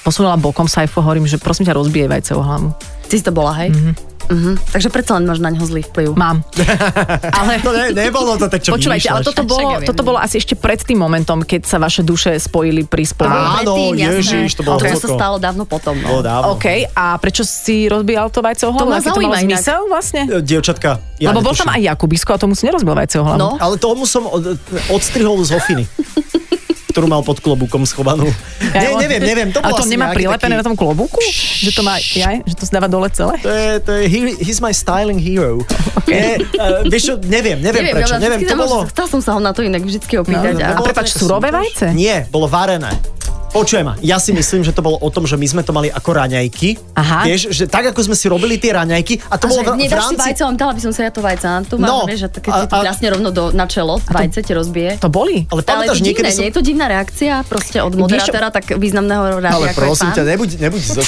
C: posunula bokom sajfu a hovorím, že prosím ťa rozbije vajce o hlavu.
D: Ty si to bola, hej? Mm-hmm. Mhm. Takže predsa len máš na neho zlý vplyv.
C: Mám. Ale...
B: To ne, nebolo to tak, čo
C: Počúvajte, ale toto
D: Však ja
C: bolo,
D: viem.
C: toto bolo asi ešte pred tým momentom, keď sa vaše duše spojili pri spolu.
B: Á, áno, ježiš, to bolo
D: to sa
B: hlboko.
D: stalo dávno potom.
B: Bolo
D: No.
B: dávno.
C: OK, a prečo si rozbíjal to vajce o hlavu?
D: To ma
C: Aký to malo
D: zaujíma inak.
C: zmysel vlastne?
B: E, Dievčatka, ja
C: Ja Lebo bol tam
B: netuším.
C: aj Jakubisko a tomu si nerozbil vajce o hlavu.
D: No.
B: Ale tomu som od, odstrihol z hofiny ktorú mal pod klobúkom schovanú.
C: Ja,
B: Nie,
C: on-
B: neviem, neviem. To
C: ale
B: bol
C: to
B: asi
C: nemá
B: nejaký
C: prilepené
B: taký-
C: na tom klobúku? Že to má, jaj, že to dáva dole celé?
B: To je, to je he, he's my styling hero. Okay. Je, uh, vieš čo, neviem, neviem, neviem
D: Neviem,
B: prečo.
D: ja
B: neviem,
D: vždycky
B: to
D: tam-
B: bolo...
D: Chcel som sa ho na to inak vždy opýtať.
C: No,
D: a-
C: no,
B: bolo to
C: prepáč,
B: nejaké
C: surové
B: súťaž?
C: vajce?
B: Nie, bolo varené. Počuj ma, ja si myslím, že to bolo o tom, že my sme to mali ako raňajky.
C: Aha.
B: Vieš, že tak ako sme si robili tie raňajky a to
D: A
B: bolo v,
D: že
B: v
D: nedáš si
B: rámci...
D: vajce, on dala by som sa ja to vajca. a Tu
B: No,
D: mám, vieš, že také ti to
B: a- a-
D: krásne rovno do, na čelo, vajce ti rozbije.
C: To boli?
B: Ale
D: Ale
B: pamätáš,
D: je to
B: niekedy
D: divné,
B: som...
D: nie je to divná reakcia proste od
C: Vieš,
D: moderátora tak významného rádia,
B: Ale
D: ako
B: prosím
D: je
B: ťa,
D: pán.
B: nebuď, nebuď zas...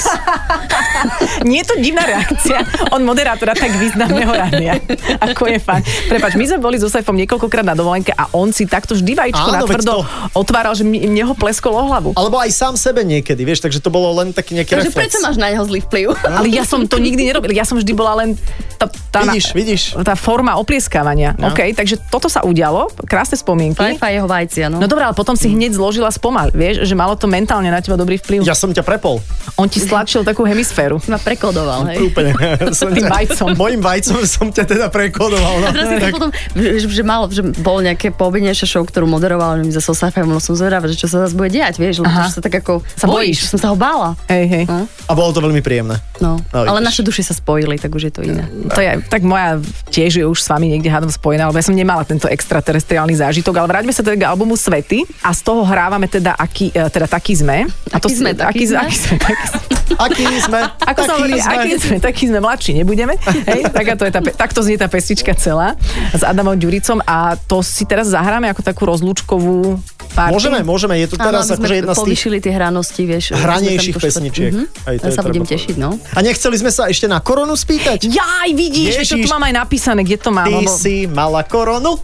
C: Nie je to divná reakcia od moderátora tak významného rádia, ako je fan. Prepač, my sme boli so Saifom niekoľkokrát na dovolenke a on si takto vždy vajíčko
B: Áno,
C: na
B: veď
C: tvrdo
B: to-
C: otváral, že mi- mne ho pleskolo o hlavu.
B: Alebo aj sám sebe niekedy, vieš, takže to bolo len taký nejaký
D: Takže
B: reflex.
D: prečo máš na neho zlý vplyv?
C: Ale ja som to nikdy nerobil. Ja som vždy bola len tá, tá,
B: Vidíš, vidíš.
C: tá forma oplieskávania.
B: No.
C: No. OK, takže toto sa udialo. Krásne spomienky.
D: Fajfa jeho vajcia, no.
C: No dobré, ale potom si hneď zložila spomal. Vieš, že malo to mentálne na teba dobrý vplyv.
B: Ja som ťa prepol.
C: On ti stlačil takú hemisféru.
D: Si ma prekodoval, hej.
B: Úplne. Som
C: Tým
B: ťa-
C: vajcom.
B: Mojim vajcom som ťa teda prekodoval. No.
D: A teraz si
B: Tak-
D: tak... potom, že, že, mal, že bol nejaké poobednejšie show, ktorú moderoval, že so Safem, no som zvedavá, že čo sa zase bude diať, vieš, lebo
C: Aha.
D: už sa tak ako
C: Sa bojíš.
D: som sa ho bála.
C: Hej, hej.
B: A bolo to veľmi príjemné.
D: No.
B: No,
D: Ale
B: vidíš.
D: naše duše sa spojili, tak už je to iné.
C: To je, tak moja tiež je už s vami niekde hádam spojená, lebo ja som nemala tento extraterestriálny zážitok, ale vráťme sa teda k albumu Svety a z toho hrávame teda, aký, e, teda taký sme. A
D: Aký
C: si-
D: sme, taký sme?
C: Aký sme, taký sme.
B: Aký sme?
C: Ako sa hovorí, aký sme, taký sme mladší, nebudeme. Hej, taká to je tá, pe- takto znie tá pesnička celá s Adamom Ďuricom a to si teraz zahráme ako takú rozlúčkovú party.
B: Môžeme, môžeme. Je to teraz
D: Áno, aby
B: akože
D: sme
B: jedna z tých
D: povýšili tie hranosti, vieš. aby sme tam
B: hranejších
D: trošku-
B: pesničiek.
D: Mhm.
B: Aj to
D: Ja
B: je
D: sa
B: treba
D: budem
B: povedať.
D: tešiť, no.
B: A nechceli sme sa ešte na koronu spýtať?
C: Jaj, vidíš,
B: Ježiš.
C: Ježiš. to tu mám aj napísané, kde to mám.
B: Ty
C: lebo-
B: si mala koronu?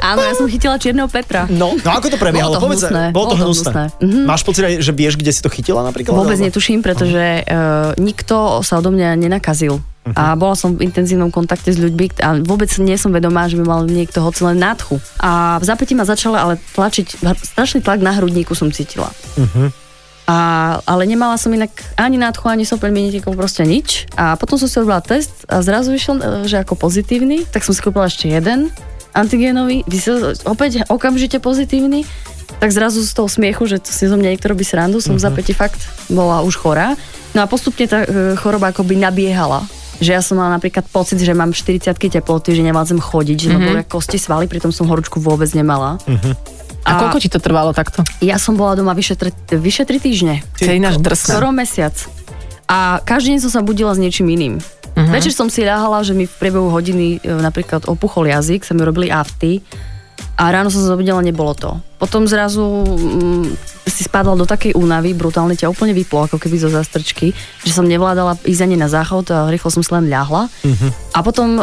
D: Áno, ja som chytila Čierneho Petra.
B: No, no ako to prebiehalo?
D: Bolo to
B: Povedz,
D: hnusné,
B: Bolo to hnusné.
D: Mhm.
B: Máš pocit, aj, že vieš, kde si to chytila napríklad?
D: Vôbec
B: Alebo-
D: netuším, pretože uh, nikto sa odo mňa nenakazil.
B: Mhm.
D: A bola som v intenzívnom kontakte s ľuďmi a vôbec nie som vedomá, že by mal niekto hoci len nádchu. A v zápäti ma začala ale tlačiť, hr- strašný tlak na hrudníku som cítila. A, ale nemala som inak ani nádchu, ani sopel minitikov, proste nič. A potom som si robila test a zrazu vyšiel, e, že ako pozitívny, tak som si kúpila ešte jeden antigénový, vyšiel opäť okamžite pozitívny, tak zrazu z toho smiechu, že si zo mňa niekto robí srandu, som uh-huh. za päti fakt bola už chorá. No a postupne tá e, choroba akoby nabiehala že ja som mala napríklad pocit, že mám 40 teploty, že nemádzem chodiť, že mm-hmm. kosti svaly, pritom som horúčku vôbec nemala.
C: A koľko ti to trvalo takto?
D: Ja som bola doma vyše, tre, vyše 3 týždne.
C: To je ináč drsné.
D: Skoro mesiac. a každý deň som sa budila s niečím iným.
C: Mhm.
D: Uh-huh. Večer som si ľahala, že mi v priebehu hodiny e, napríklad opuchol jazyk, sa mi robili afty a ráno som sa zobudila, nebolo to. Potom zrazu mm, si spadla do takej únavy, brutálne ťa úplne vyplo, ako keby zo zastrčky, že som nevládala ísť ani na záchod a rýchlo som si len ľahla.
C: Mhm.
D: Uh-huh. A potom e,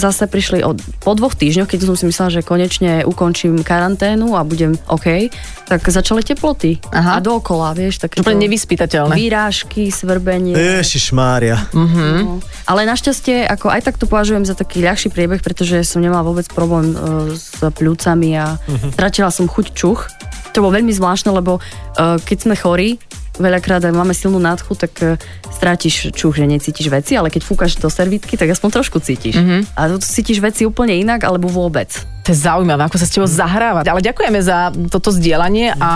D: zase prišli od, po dvoch týždňoch, keď som si myslela, že konečne ukončím karanténu a budem OK, tak začali teploty.
C: Aha.
D: A dookola, vieš, také
C: Úplne nevyspytateľné.
D: výrážky, svrbenie.
B: Ježišmária.
D: No. Ale našťastie, ako aj tak to považujem za taký ľahší priebeh, pretože som nemala vôbec problém uh, s pľúcami a tratila som chuť čuch. To bolo veľmi zvláštne, lebo uh, keď sme chorí, veľakrát aj máme silnú nádchu, tak uh, strátiš čuch, že necítiš veci, ale keď fúkaš do servítky, tak aspoň trošku cítiš. A tu cítiš veci úplne inak, alebo vôbec.
C: To je zaujímavé, ako sa s tebou zahráva. Ale ďakujeme za toto zdieľanie a...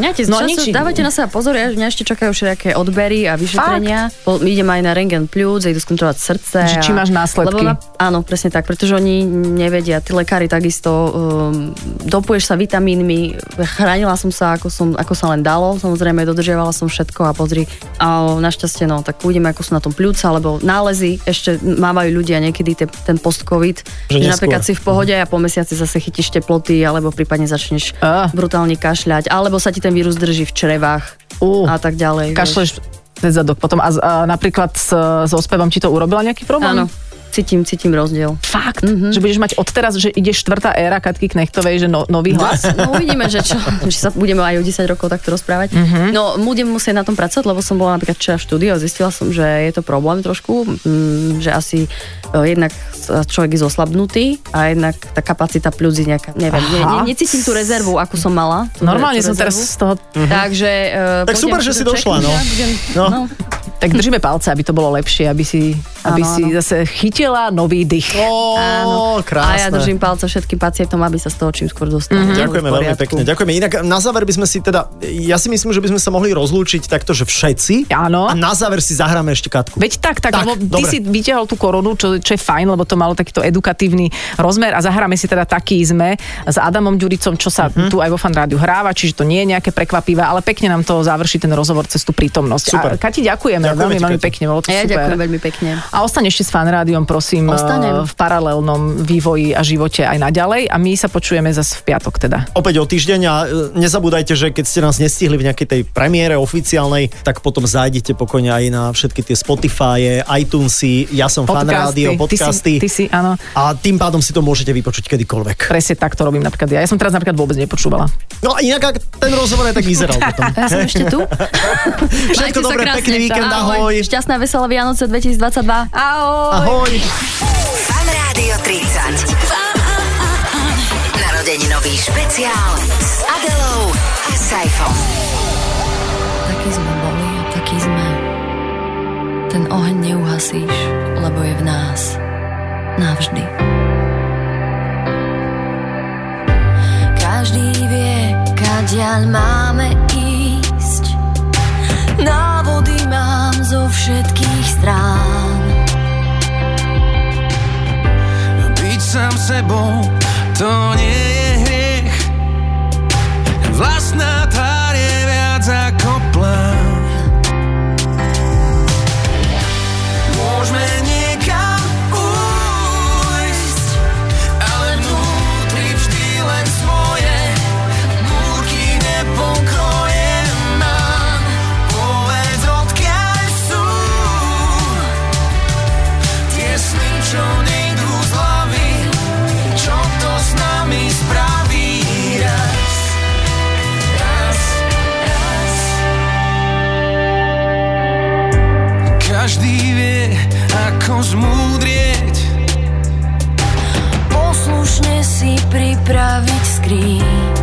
D: Mňate, no, času, dávajte na seba pozor, ja- mňa ešte čakajú všetké odbery a vyšetrenia. Po, idem aj na rengen pľúc, idú skontrolovať
C: Že
D: srdce. a,
C: či máš následky.
D: Lebo na, áno, presne tak, pretože oni nevedia, tí lekári takisto, um, dopuješ sa vitamínmi, chránila som sa ako, som, ako sa len dalo, samozrejme dodržiavala som všetko a pozri, a našťastie, no, tak uvidíme, ako sú na tom pľúca, lebo nálezy ešte mávajú ľudia niekedy te, ten post-covid,
B: Že
D: že,
B: neskôr.
D: napríklad si v pohode a po mesiaci zase chytíš teploty, alebo prípadne začneš
C: Á.
D: brutálne kašľať, alebo sa ti ten vírus drží v črevách
C: Ú,
D: a tak ďalej. vieš.
C: kašleš cez zadok potom. A, z- a napríklad s, s ospevom ti to urobila nejaký problém?
D: Áno, cítim, cítim rozdiel.
C: Fakt? Mm-hmm. Že budeš mať odteraz, že ide štvrtá éra Katky Knechtovej, že no, nový hlas?
D: No uvidíme, že čo, či sa budeme aj o 10 rokov takto rozprávať.
C: Mhm.
D: No budem musieť na tom pracovať, lebo som bola napríklad včera v štúdiu a zistila som, že je to problém trošku, mm, že asi e, jednak sa človek je zoslabnutý a jednak tá kapacita pľudzi nejaká, neviem, ne,
C: Aha.
D: ne, necítim tú rezervu, ako som mala. Tú,
C: Normálne som
D: tú
C: teraz z
D: rezervu.
C: toho...
D: Takže...
B: Mhm. Tak
D: e, pôjdem
B: super, že
D: akože
B: si došla,
D: čeknúť
B: no.
D: a Budem,
B: No.
D: no.
C: Tak držíme palce, aby to bolo lepšie, aby si, aby
D: Áno,
C: si
D: áno.
C: zase chytila nový dych.
B: Ó,
D: A ja
B: krásne. Mhm.
D: držím palce všetkým pacientom, aby sa z toho čím skôr dostali.
C: Mhm.
B: Ďakujeme
D: V
B: veľmi
D: poriadku.
B: pekne. Ďakujeme. Inak na záver by sme si teda, ja si myslím, že by sme sa mohli rozlúčiť takto, že všetci.
C: Áno.
B: A na záver si zahráme ešte Katku.
C: Veď tak,
B: Tak,
C: tak, tak lebo ty
B: dobre.
C: si vyťahol tú koronu, čo, čo je fajn, lebo to malo takýto edukatívny rozmer a zahráme si teda taký sme s Adamom Ďuricom, čo sa uh-huh. tu aj vo fan rádiu hráva, čiže to nie je nejaké prekvapivé, ale pekne nám to završí ten rozhovor cez tú prítomnosť.
B: Super.
C: A Kati, ďakujeme,
B: Ďakujeme
C: veľmi,
B: ti,
C: veľmi
B: Kati.
C: pekne, bolo to
D: A ja
C: super.
D: ďakujem veľmi pekne.
C: A ostane ešte s fan rádiom, prosím,
D: Ostanem.
C: eh, v paralelnom vývoji a živote aj naďalej a my sa počujeme zase v piatok teda.
B: Opäť o týždeň a e, nezabúdajte, že keď ste nás nestihli v nejakej tej premiére oficiálnej, tak potom zájdete pokojne aj na všetky tie Spotify, iTunesy, ja som fan rádio, podcasty.
C: Ty si, ty si, áno.
B: A tým pádom si to môžete vypočuť kedykoľvek.
C: Presne tak to robím napríklad ja. Ja som teraz napríklad vôbec nepočúvala.
B: No a inak ak ten rozhovor aj tak vyzeral potom.
D: A ja som ešte tu.
B: Všetko
D: Majte sa
B: dobré,
D: krásne.
B: pekný víkend, ahoj.
D: Šťastná, veselá Vianoce 2022. Ahoj.
B: Ahoj.
A: Fan Rádio 30. Narodeninový špeciál s Adelou a Saifom.
G: Taký sme boli a taký sme. Ten oheň neuhasíš, lebo je v nás. Navždy.
E: Každý vie, kadiaľ máme ísť. Návody mám zo všetkých strán.
H: Byť sám sebou, to nie je hriech Vlastná tvár je viac ako plán Môžeme niekam újsť Ale vnútri vždy len svoje Múrky nepokoje mám Povedz odkiaľ sú tie sny, čo nejdú z hlavy, čo to s nami spraví raz, raz, raz. Každý vie, ako zmúdrieť,
E: Poslušne si pripraviť skríň.